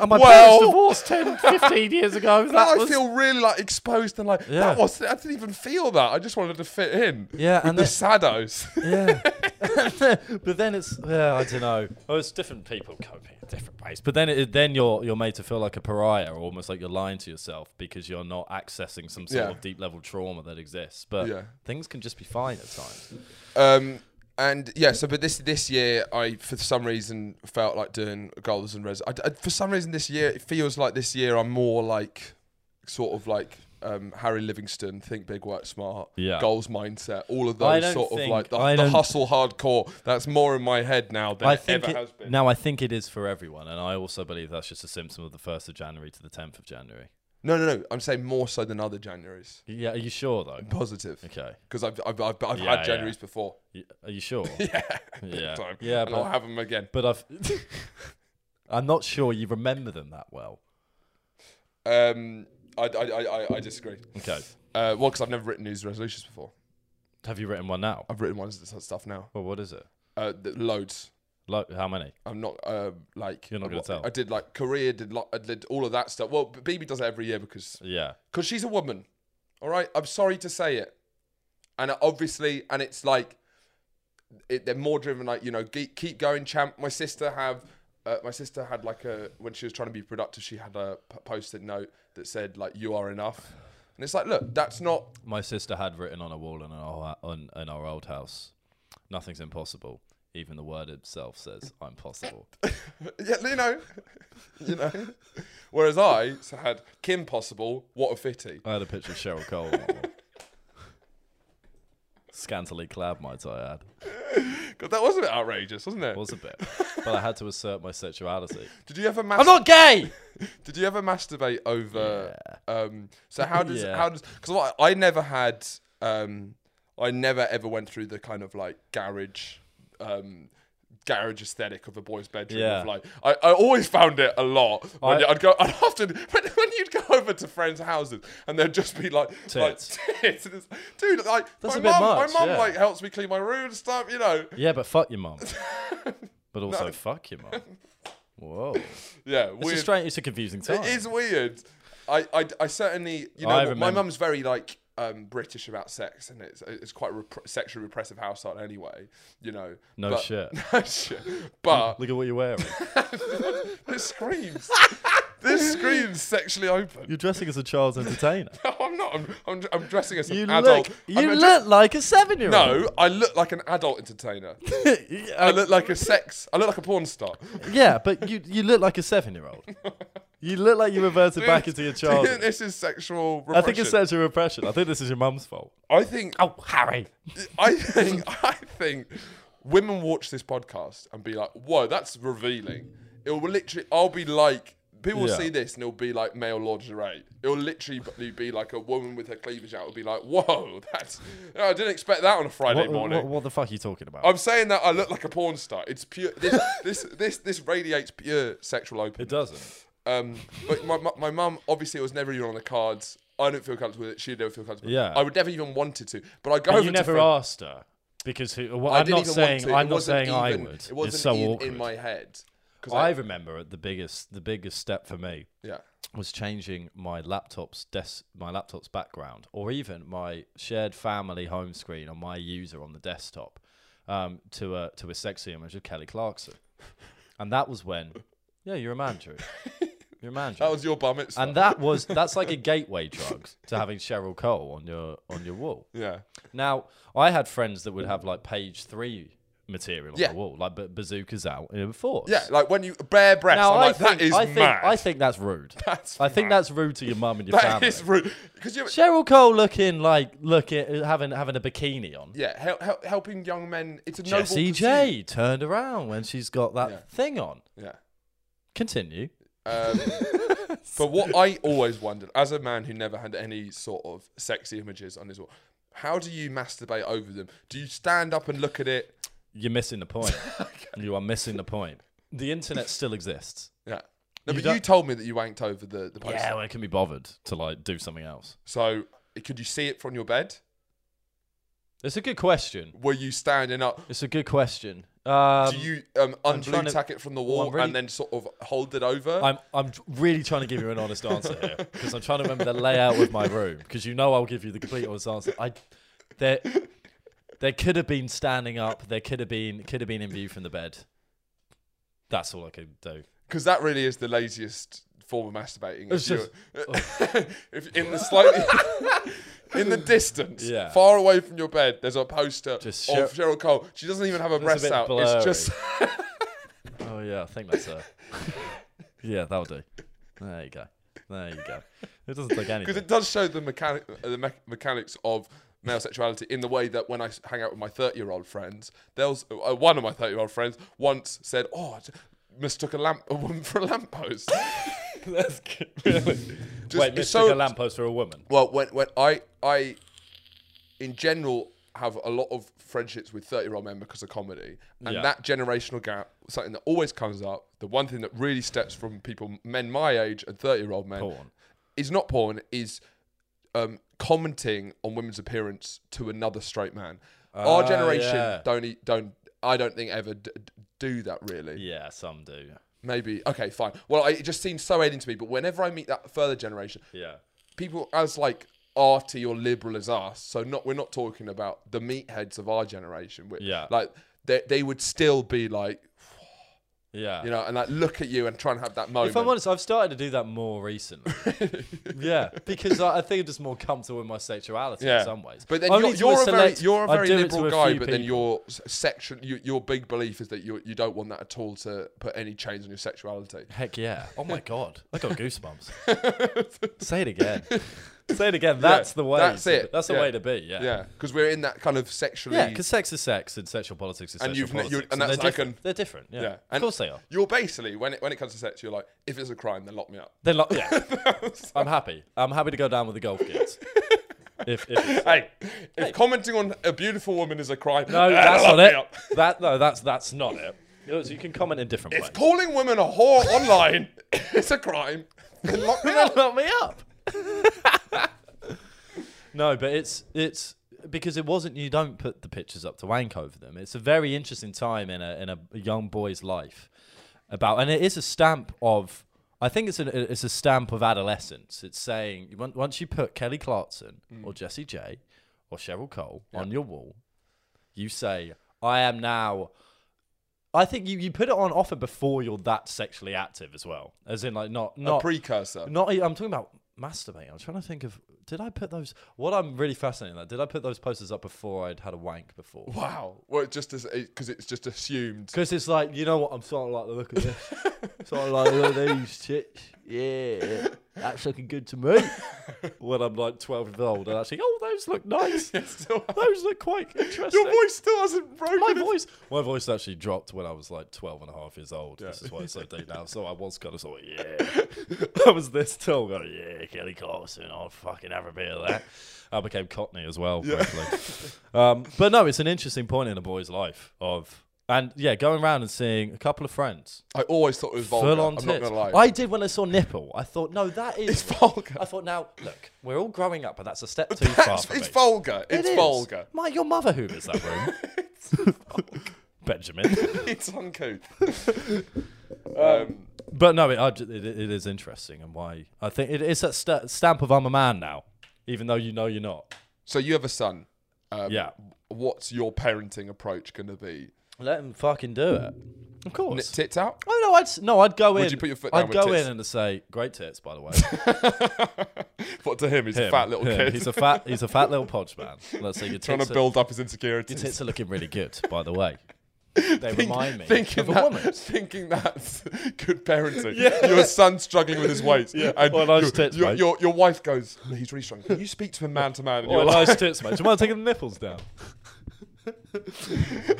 S1: and my parents
S2: well,
S1: divorced 10, 15 years ago. That
S2: now I
S1: was-
S2: feel really like exposed and like
S1: Yeah.
S2: that was I didn't even feel that. I just wanted to fit in.
S1: Yeah,
S2: with
S1: and
S2: the
S1: the-
S2: saddos.
S1: Yeah. but then it's yeah, I don't know. Oh, it's different people coping in different ways. But then it, then you're you're made to feel like a pariah, or almost like you're lying to yourself because you're not accessing some sort
S2: Yeah.
S1: of deep level trauma that exists. But
S2: Yeah.
S1: things can just be fine at times.
S2: Um, and yeah, so but this this year, I for some reason felt like doing goals and res. I, I- for some reason this year, it feels like this year I'm more like sort of like um, Harry Livingston, think big, work smart,
S1: Yeah.
S2: goals mindset, all of
S1: I
S2: those
S1: don't
S2: sort of
S1: think-
S2: like the,
S1: I
S2: the
S1: don't-
S2: hustle hardcore. That's more in my head now than
S1: I
S2: it
S1: think
S2: ever
S1: it-
S2: has been.
S1: now I think it is for everyone, and I also believe that's just a symptom of the first of January to the tenth of January.
S2: no, no, no. I'm saying more so than other Januaries.
S1: Yeah, are you sure though?
S2: Positive,
S1: Okay,
S2: because I've I've, I've, I've
S1: Yeah,
S2: had
S1: yeah.
S2: Januaries before.
S1: Y- are you sure?
S2: Yeah,
S1: yeah,
S2: Time.
S1: yeah,
S2: and I'll
S1: but,
S2: have them again.
S1: but I've. I'm not sure you remember them that well.
S2: Um, I I I, I, I disagree.
S1: Okay.
S2: Uh, well, because I've never written New Year's resolutions before.
S1: Have you written one now?
S2: I've written ones of this stuff now.
S1: Well, what is it?
S2: Uh, th- loads.
S1: Like how many?
S2: I'm not um, like
S1: You're not gonna
S2: I,
S1: tell.
S2: I did like career, did lo- I did all of that stuff. Well, BB does it every year because
S1: Yeah.
S2: because she's a woman. All right, I'm sorry to say it, and obviously, and it's like it, they're more driven like you know keep, keep going, champ. My sister have. Uh, my sister had like a when she was trying to be productive, she had a p- post-it note that said like "You are enough," and it's like, look, that's not
S1: My sister had written on a wall in our on, in our old house, nothing's impossible. Even the word itself says I'm possible.
S2: Yeah, you know, you know. Whereas I so had Kim Possible, what a fitty.
S1: I had a picture of Cheryl Cole on my wall. Scantily clad, might I add.
S2: 'Cause that was a bit outrageous, wasn't it?
S1: Was a bit, but I had to assert my sexuality.
S2: Did you ever
S1: I'm
S2: mas-
S1: not gay.
S2: did you ever masturbate over? Um, so how does
S1: Yeah.
S2: how does because what I never had um, I never ever went through the kind of like garage um, garage aesthetic of a boy's bedroom.
S1: Yeah.
S2: Of like I, I always found it a lot. When
S1: I-
S2: I, would go, I'd often when, when you'd go over to friends' houses and there'd just be like
S1: Tits.
S2: like tits. And it's- dude, like
S1: That's a
S2: my
S1: bit
S2: mum,
S1: much,
S2: my mum
S1: yeah.
S2: like helps me clean my room and stuff. You know,
S1: Yeah, but fuck your mum. but also fuck your mum. Whoa.
S2: yeah.
S1: It's
S2: weird.
S1: a strange, it's a confusing time.
S2: It is weird. I, I, I certainly, you know,
S1: I
S2: what, my
S1: remember-
S2: mum's very like um, British about sex, and it's it's quite a rep- sexually repressive household anyway. You know,
S1: No
S2: but-
S1: shit.
S2: no shit. But
S1: Look at what you're wearing.
S2: this screams, this screams sexually open.
S1: You're dressing as a child's entertainer.
S2: No, I'm not. I'm, I'm, I'm dressing as an
S1: You
S2: adult.
S1: look,
S2: I'm
S1: you
S2: a-
S1: look like a seven-year-old. um,
S2: No, I look like an adult entertainer. I look like a sex. I look like a porn star.
S1: yeah, but you you look like a seven-year-old. You look like you reverted back into your
S2: Do you think
S1: childhood.
S2: This is sexual.
S1: I
S2: Repression.
S1: think it's sexual repression. I think this is your mum's fault.
S2: I think
S1: Oh, Harry.
S2: I think I think women watch this podcast and be like, "Whoa, that's revealing." It will literally, I'll be like, people will
S1: Yeah.
S2: see this and it'll be like male lingerie. It'll literally be like a woman with her cleavage out. It'll be like, "Whoa, that's." No, I didn't expect that on a Friday
S1: What,
S2: morning.
S1: what, what the fuck are you talking about?
S2: I'm saying that I look like a porn star. It's pure. This this this, this radiates pure sexual open.
S1: it doesn't.
S2: Um, but my my- my mum obviously it was never even on the cards. I don't feel comfortable with it. She'd never feel comfortable.
S1: Yeah.
S2: I would never even wanted to. But I go over
S1: you
S2: to
S1: never
S2: friends-
S1: asked her because who, well,
S2: I
S1: I'm
S2: didn't
S1: not
S2: even
S1: saying
S2: want to. It
S1: I'm not
S2: wasn't
S1: saying I
S2: even-
S1: would.
S2: It wasn't
S1: it's so
S2: even
S1: awkward.
S2: in my head. 'Cause
S1: I
S2: I,
S1: remember at the biggest the biggest step for me
S2: yeah,
S1: was changing my laptop's desk, my laptop's background, or even my shared family home screen on my user on the desktop um, to a to a sexy image of Kelly Clarkson, and that was when, yeah, you're a man, Drew. You're a man, Drew.
S2: that was your bum. It's
S1: and that was that's like a gateway drug to having Cheryl Cole on your on your wall.
S2: yeah,
S1: Now, I had friends that would have like page three material on
S2: Yeah.
S1: the wall, like ba- bazookas out in a force.
S2: yeah. Like when you bare breasts,
S1: Now
S2: I'm
S1: I
S2: like,
S1: think,
S2: that is
S1: I think
S2: mad.
S1: I think that's rude.
S2: That's
S1: I think
S2: mad.
S1: that's rude to your mum and your
S2: that
S1: family.
S2: is rude. Because you,
S1: Cheryl Cole looking like looking having having a bikini on.
S2: yeah, help, help, helping young men. It's a noble
S1: Jessie
S2: pursuit.
S1: J turned around when she's got that
S2: Yeah.
S1: thing on.
S2: Yeah.
S1: Continue.
S2: Um, but what I always wondered, as a man who never had any sort of sexy images on his wall, how do you masturbate over them? Do you stand up and look at it?
S1: You're missing the point. You are missing the point. The internet still exists.
S2: Yeah. No,
S1: You
S2: but
S1: don't-
S2: you told me that you wanked over the the poster.
S1: Yeah, well, it can be bothered to like do something else.
S2: So could you see it from your bed?
S1: It's a good question.
S2: Were you standing up?
S1: It's a good question. Um,
S2: Do you um,
S1: trying
S2: unblue
S1: to-
S2: tack it from the wall
S1: I'm really-
S2: and then sort of hold it over?
S1: I'm I'm really trying to give you an honest answer here because I'm trying to remember the layout of my room because you know I'll give you the complete honest answer. I there there could have been standing up. There could have been could have been in view from the bed. That's all I could do.
S2: Because that really is the laziest form of masturbating.
S1: It's
S2: If you're- if in the slightly in the distance,
S1: Yeah.
S2: far away from your bed, there's a poster
S1: Just
S2: of Cheryl Cole. She doesn't even have her breasts
S1: bit
S2: out.
S1: blurry.
S2: It's just
S1: Oh yeah, I think that's a yeah that'll do. There you go. There you go. It doesn't take
S2: because
S1: anything.
S2: it does show the mechanic uh, the me- mechanics of male sexuality in the way that when I s- hang out with my 30 year old friends there was uh, one of my 30 year old friends once said oh I j- mistook a lamp a woman for a lamppost
S1: That's good, really.
S2: Just-
S1: Wait,
S2: it's
S1: mistook
S2: so-
S1: a lamppost for a woman.
S2: well when when I I in general have a lot of friendships with 30 year old men because of comedy and
S1: Yeah.
S2: that generational gap something that always comes up the one thing that really steps from people men my age and 30 year old men
S1: Porn.
S2: is not porn is um, commenting on women's appearance to another straight man our
S1: Ah,
S2: generation
S1: yeah.
S2: don't e- don't I don't think ever d- d- do that really
S1: Yeah, some do.
S2: maybe okay fine well I, it just seems so alien to me but whenever I meet that further generation
S1: Yeah.
S2: people as like arty or liberal as us. So not we're not talking about the meatheads of our generation. we
S1: Yeah.
S2: like they they would still be like
S1: Yeah.
S2: you know and like look at you and try and have that moment.
S1: If I'm honest, I've started to do that more recently. yeah, because I, I think I'm just more comfortable with my sexuality in
S2: Yeah.
S1: some ways.
S2: but then
S1: Only
S2: you're,
S1: to
S2: you're a, very
S1: select-
S2: you're a
S1: I
S2: very
S1: do it
S2: liberal
S1: to a
S2: guy,
S1: few
S2: but then
S1: people.
S2: your s- section you, your big belief is that you you don't want that at all to put any chains on your sexuality.
S1: heck yeah. Oh my god, I got goosebumps. Say it again. Say it again. That's the way.
S2: that's
S1: to-
S2: it.
S1: That's the
S2: Yeah.
S1: way to be. Yeah.
S2: Yeah, because we're in that kind of sexually.
S1: Yeah, because sex is sex and sexual politics is
S2: And
S1: sexual
S2: you've ne-
S1: politics.
S2: you- and that's
S1: they're
S2: like
S1: different.
S2: an-
S1: They're different. Yeah.
S2: yeah,
S1: of course they are.
S2: You're basically when it when it comes to sex, you're like, if it's a crime, then lock me up.
S1: They're like, yeah. I'm happy. I'm happy to go down with the golf kids. if, if it's-
S2: Hey, if commenting on a beautiful woman is a crime,
S1: No,
S2: then
S1: that's
S2: lock
S1: not
S2: me
S1: it.
S2: up.
S1: That no, that's that's not it. Look, so you can comment in different
S2: If
S1: ways.
S2: calling women a whore online is a crime, then lock me up.
S1: Lock me up. no, but it's it's because it wasn't. You don't put the pictures up to wank over them. It's a very interesting time in a in a young boy's life about, and it is a stamp of. I think it's a it's a stamp of adolescence. It's saying on- once you put Kelly Clarkson or Jessie J or Cheryl Cole on your wall, you say, "I am now." I think you, you put it on offer before you're that sexually active as well, as in like not
S2: A
S1: not
S2: precursor.
S1: not e- I'm talking about masturbating. I'm trying to think of did I put those what I'm really fascinated that did I put those posters up before I'd had a wank before?
S2: Wow. Well, it just because it's just assumed.
S1: Because it's like, you know what, I'm starting to like the look of this. starting to like the look of these tits. Yeah. That's looking good to me. when I'm like twelve years old and I think, oh those look nice.
S2: Still,
S1: those look quite interesting.
S2: your voice still hasn't broken.
S1: my
S2: it.
S1: voice my voice actually dropped when I was like 12 and a half years old. This
S2: Yeah.
S1: is why it's so deep now. So I was kind of sort of, yeah. I was this tall going, yeah, Kelly Clarkson, I'll fucking have a bit of that. I became Cockney as well, briefly. um, but no, it's an interesting point in a boy's life of, and yeah, going around and seeing a couple of friends
S2: I always thought it was vulgar.
S1: full on
S2: I'm
S1: tits.
S2: not gonna lie.
S1: I did when I saw nipple. I thought, no, that is
S2: It's vulgar.
S1: I thought, now look, we're all growing up, but that's a step too far.
S2: That's-
S1: For
S2: it's
S1: me.
S2: vulgar.
S1: It
S2: It's
S1: is.
S2: vulgar.
S1: My, your mother hoovers that room. Benjamin.
S2: It's uncouth. um,
S1: But no, it, I ju- it, it is interesting, and why I think it is that sta stamp of I'm a man now, even though you know you're not.
S2: so you have a son. Um,
S1: Yeah.
S2: What's your parenting approach going to be?
S1: Let him fucking do it. Of
S2: Nip
S1: course.
S2: tits out?
S1: oh no, I'd s- no, I'd go in.
S2: you put your foot down
S1: I'd
S2: with
S1: go
S2: tits?
S1: in and say, "Great tits, by the way."
S2: But to him, he's a
S1: Him,
S2: fat little
S1: him.
S2: kid.
S1: He's a fat. He's a fat little podge man. Let's say your tits.
S2: trying to
S1: are-
S2: build up his
S1: your
S2: insecurities.
S1: tits are looking really good, by the way. They remind me
S2: Thinking
S1: of a
S2: that,
S1: woman.
S2: thinking that's good parenting. Your son struggling with his weight. Yeah. And
S1: Well, nice
S2: your,
S1: tits,
S2: your,
S1: mate.
S2: your, your wife goes, he's really strong. Can you speak to him man to man? And
S1: Oh,
S2: you're like,
S1: nice tits, mate. Do you mind taking the nipples down?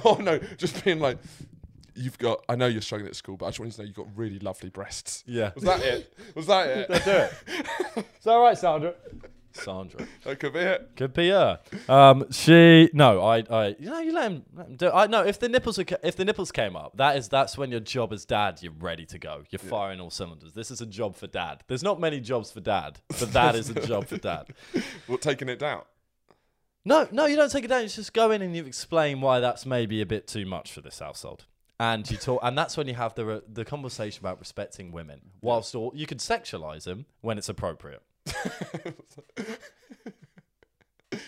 S2: oh no, just being like, you've got, I know you're struggling at school, but I just want you to know you've got really lovely breasts.
S1: Yeah.
S2: Was that it? Was that it?
S1: It's all right, Sandra. Sandra.
S2: that could be it.
S1: Could be her. Um, she no, I, I, you know, you let him, let him do. I no, if the nipples are, ca- if the nipples came up, that is that's when your job as dad, you're ready to go. You're firing all cylinders. This is a job for dad. There's not many jobs for dad, but that is a job for dad.
S2: Well, taking it down.
S1: No, no, you don't take it down. You just go in and you explain why that's maybe a bit too much for this household. And you talk, and that's when you have the the conversation about respecting women, whilst all, you can sexualize them when it's appropriate.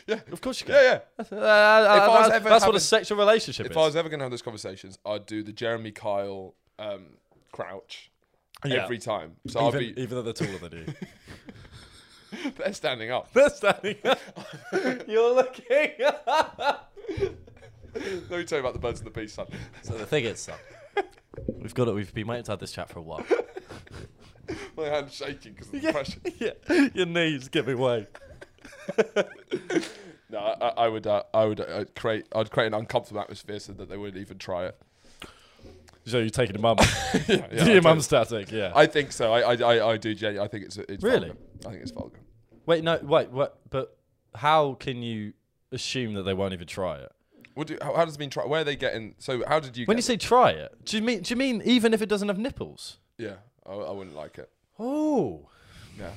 S2: Yeah.
S1: Of course you can.
S2: Yeah, yeah.
S1: Uh, uh,
S2: was
S1: that's
S2: ever
S1: that's what a
S2: having-
S1: sexual relationship
S2: If
S1: is.
S2: I was ever going to have those conversations, I'd do the Jeremy Kyle um, crouch
S1: Yeah.
S2: every time. So I'd
S1: even,
S2: be
S1: even though they're taller than you.
S2: they're standing up.
S1: they're standing up. You're looking up.
S2: Let me tell you about the birds and the bees, son.
S1: So the thing is, son, we've got it. We've been waiting to have this chat for a while.
S2: My hand's shaking because of the pressure.
S1: yeah, your knees giving way.
S2: No, I, I- I would, uh, I would uh, create, I'd create an uncomfortable atmosphere so that they wouldn't even try it.
S1: So you're taking your mum.
S2: Yeah, yeah, I
S1: your
S2: do.
S1: mum's static. Yeah.
S2: I think so. I, I, I, I do. Genu- I think it's, it's
S1: Really?
S2: vulgar. I think it's vulgar.
S1: wait, no, wait, what? But how can you assume that they won't even try it?
S2: What do, how, how does it mean? Try, where are they getting? So how did you?
S1: When you
S2: get,
S1: say try it, do you mean do you mean even if it doesn't have nipples?
S2: yeah, I, I wouldn't like it.
S1: Oh.
S2: Yeah,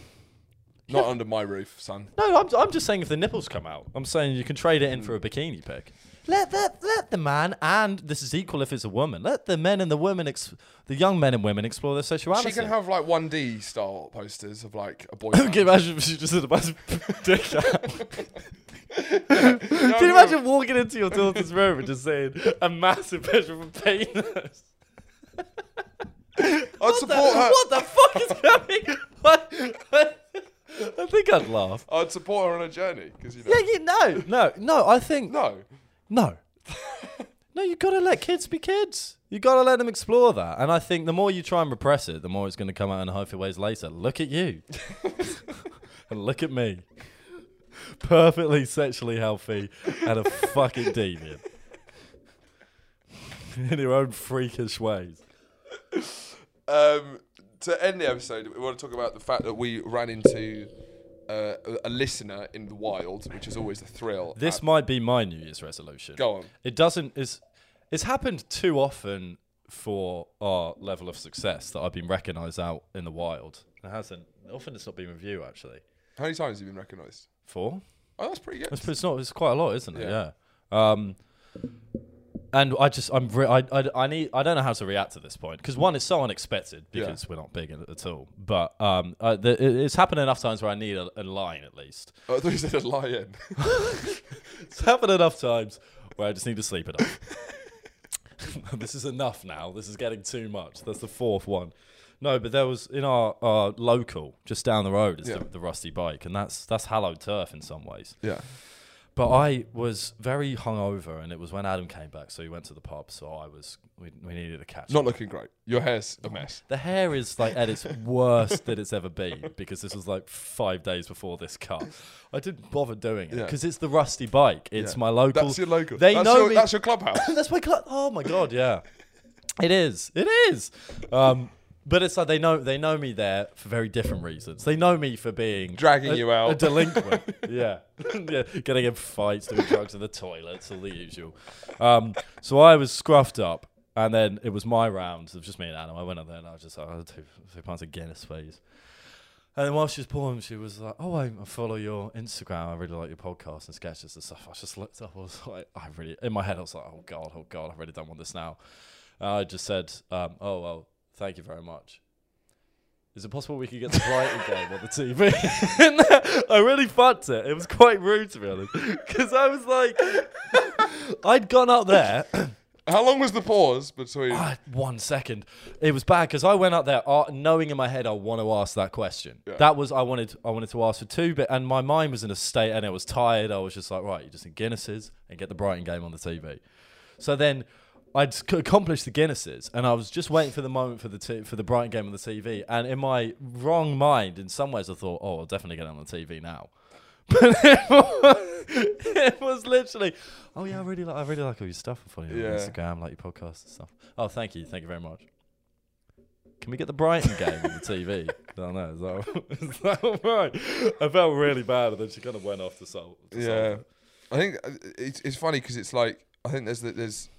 S2: not under my roof, son.
S1: No, I'm, I'm just saying if the nipples come out, I'm saying you can trade it in for a bikini pic. Let that let the man and this is equal if it's a woman. Let the men and the women, ex- the young men and women, explore their sexuality.
S2: She can have like 1D style posters of like a boy.
S1: Can you imagine if she just had a massive dick out? Can you
S2: no.
S1: imagine walking into your daughter's room and just saying a massive picture of a penis?
S2: I'd support her.
S1: What the fuck is going? on? I think I'd laugh.
S2: I'd support her on a journey because you know.
S1: Yeah, you no, no, no. I think
S2: No,
S1: No. no, you gotta let kids be kids. You gotta let them explore that. And I think the more you try and repress it, the more it's gonna come out in healthy ways later. Look at you. and look at me. Perfectly sexually healthy and a fucking deviant. in your own freakish ways.
S2: um, to end the episode, we want to talk about the fact that we ran into uh, a- a listener in the wild, which is always a thrill.
S1: This
S2: Uh,
S1: might be my New Year's resolution.
S2: go on.
S1: It doesn't is it's happened too often for our level of success that I've been recognised out in the wild. It hasn't. Often it's not been with you actually.
S2: How many times have you been recognised?
S1: Four.
S2: Oh, that's pretty good.
S1: It's, it's not. It's quite a lot, isn't it?
S2: Yeah.
S1: Yeah. Um, and I just I'm re- I, I I need I don't know how to react to this point because one it's so unexpected
S2: Yeah.
S1: because we're not big at, at all. But um, uh, the, it- it's happened enough times where I need a, a line at least.
S2: Oh, I thought you said a lion.
S1: It's happened enough times where I just need to sleep it off. this is enough now. This is getting too much. That's the fourth one. No, but there was in our, our local just down the road is
S2: Yeah.
S1: the, the rusty bike, and that's that's hallowed turf in some ways.
S2: yeah.
S1: But I was very hungover, and it was when Adam came back, so he went to the pub. So I was we, we needed a catch.
S2: Not looking great. Your hair's a mess.
S1: the hair is like at its worst that it's ever been because this was like five days before this cut. I didn't bother doing it
S2: Yeah.
S1: because it's the rusty bike. It's
S2: Yeah.
S1: my local.
S2: That's your local.
S1: They
S2: that's
S1: know
S2: your,
S1: me.
S2: That's your clubhouse.
S1: That's my cl- oh my god, yeah. It is. It is. Um, but it's like they know they know me there for very different reasons. They know me for being
S2: Dragging
S1: a-
S2: you out.
S1: a delinquent. yeah, yeah, getting in fights, doing drugs in the toilets, all the usual. Um, so I was scruffed up, and then it was my round. It was just me and Adam. I went up there and I was just like, oh, two, two pints of Guinness, please. And then while she was pouring, she was like, "Oh, I, I follow your Instagram. I really like your podcast and sketches and stuff." I just looked up. I was like, "I really." In my head, I was like, "Oh god, oh god, I really don't want this now." And I just said, um, "Oh well, thank you very much." Is it possible we could get the Brighton game on the TV? And I really fucked it. It was quite rude to be honest, because I was like, I'd gone up there.
S2: How long was the pause between?
S1: Ah, one second. It was bad because I went out there uh, knowing in my head I want to ask that question.
S2: Yeah.
S1: That was I wanted. I wanted to ask for two, but and my mind was in a state and it was tired. I was just like, right, you just need Guinnesses and get the Brighton game on the TV. So then I'd c- accomplished the Guinnesses and I was just waiting for the moment for the t- for the Brighton game on the TV. And in my wrong mind, in some ways, I thought, oh, I'll definitely get it on the TV now. But it was, it was literally, oh yeah, I really like, I really like all your stuff and follow you
S2: Yeah.
S1: on Instagram, like your podcast and stuff. Oh, thank you, thank you very much. Can we get the Brighton game on the TV? I don't know. Is that, is that all right? I felt really bad, and then she kind of went off to solve. To solve
S2: yeah,
S1: it.
S2: I think uh, it's it's funny because it's like I think there's the- there's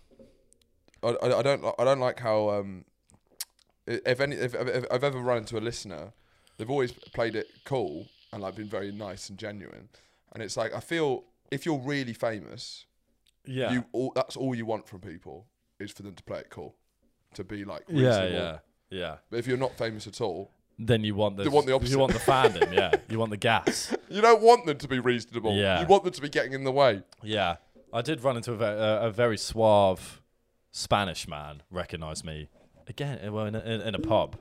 S2: I, I, I don't li- I don't like how um i- if any if, if, if I've ever run into a listener, they've always played it cool and like been very nice and genuine, and it's like I feel if you're really famous,
S1: yeah,
S2: you all that's all you want from people is for them to play it cool, to be like
S1: yeah,
S2: reasonable.
S1: yeah, yeah.
S2: But if you're not famous at all,
S1: Then you want the
S2: They want the opposite.
S1: you want the fandom, yeah. You want the gas.
S2: you don't want them to be reasonable.
S1: Yeah.
S2: You want them to be getting in the way.
S1: Yeah, I did run into a, ve- a, a very suave Spanish man. Recognised me again. uh, Well, in a, in, in a pub,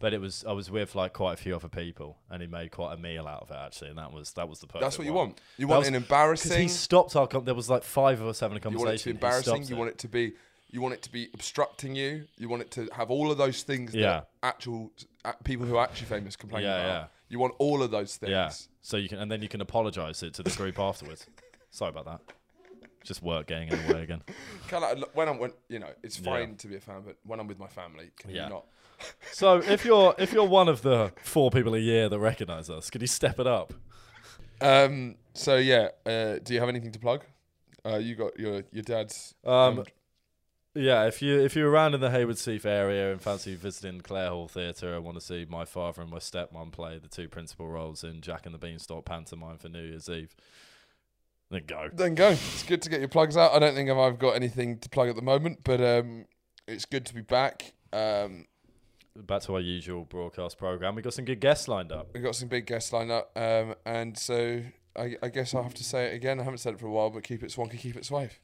S1: but it was I was with like quite a few other people, and he made quite a meal out of it actually, and that was that was the perfect.
S2: That's what you
S1: one.
S2: want. You
S1: That
S2: want
S1: was-
S2: an
S1: 'Cause he
S2: embarrassing.
S1: stopped our. Com- there was like five of us having a
S2: You
S1: conversation.
S2: want it to be
S1: he
S2: embarrassing.
S1: stopped
S2: You
S1: it.
S2: want it to be. You want it to be obstructing you. You want it to have all of those things
S1: Yeah.
S2: that actual uh, people who are actually famous complain
S1: Yeah,
S2: about.
S1: yeah.
S2: You want all of those things.
S1: Yeah. So you can, and then you can apologise to to the group afterwards. Sorry about that. Just work getting in the way again.
S2: Can I, when I'm when you know it's
S1: Yeah.
S2: fine to be a fan, but when I'm with my family, can
S1: Yeah.
S2: you not?
S1: So if you're if you're one of the four people a year that recognise us, could you step it up?
S2: Um. So yeah. Uh, do you have anything to plug? Uh, you got your your dad's.
S1: Um, Yeah, if you if you're around in the Hayward Seath area and fancy visiting Clare Hall Theatre and want to see my father and my stepmom play the two principal roles in Jack and the Beanstalk pantomime for New Year's Eve, then go.
S2: Then go. It's good to get your plugs out. I don't think I've got anything to plug at the moment, but um, it's good to be back. Um,
S1: Back to our usual broadcast program. We got some good guests lined up.
S2: We've got some big guests lined up, um, and so I, I guess I'll have to say it again. I haven't said it for a while, but keep it swanky, keep it swive.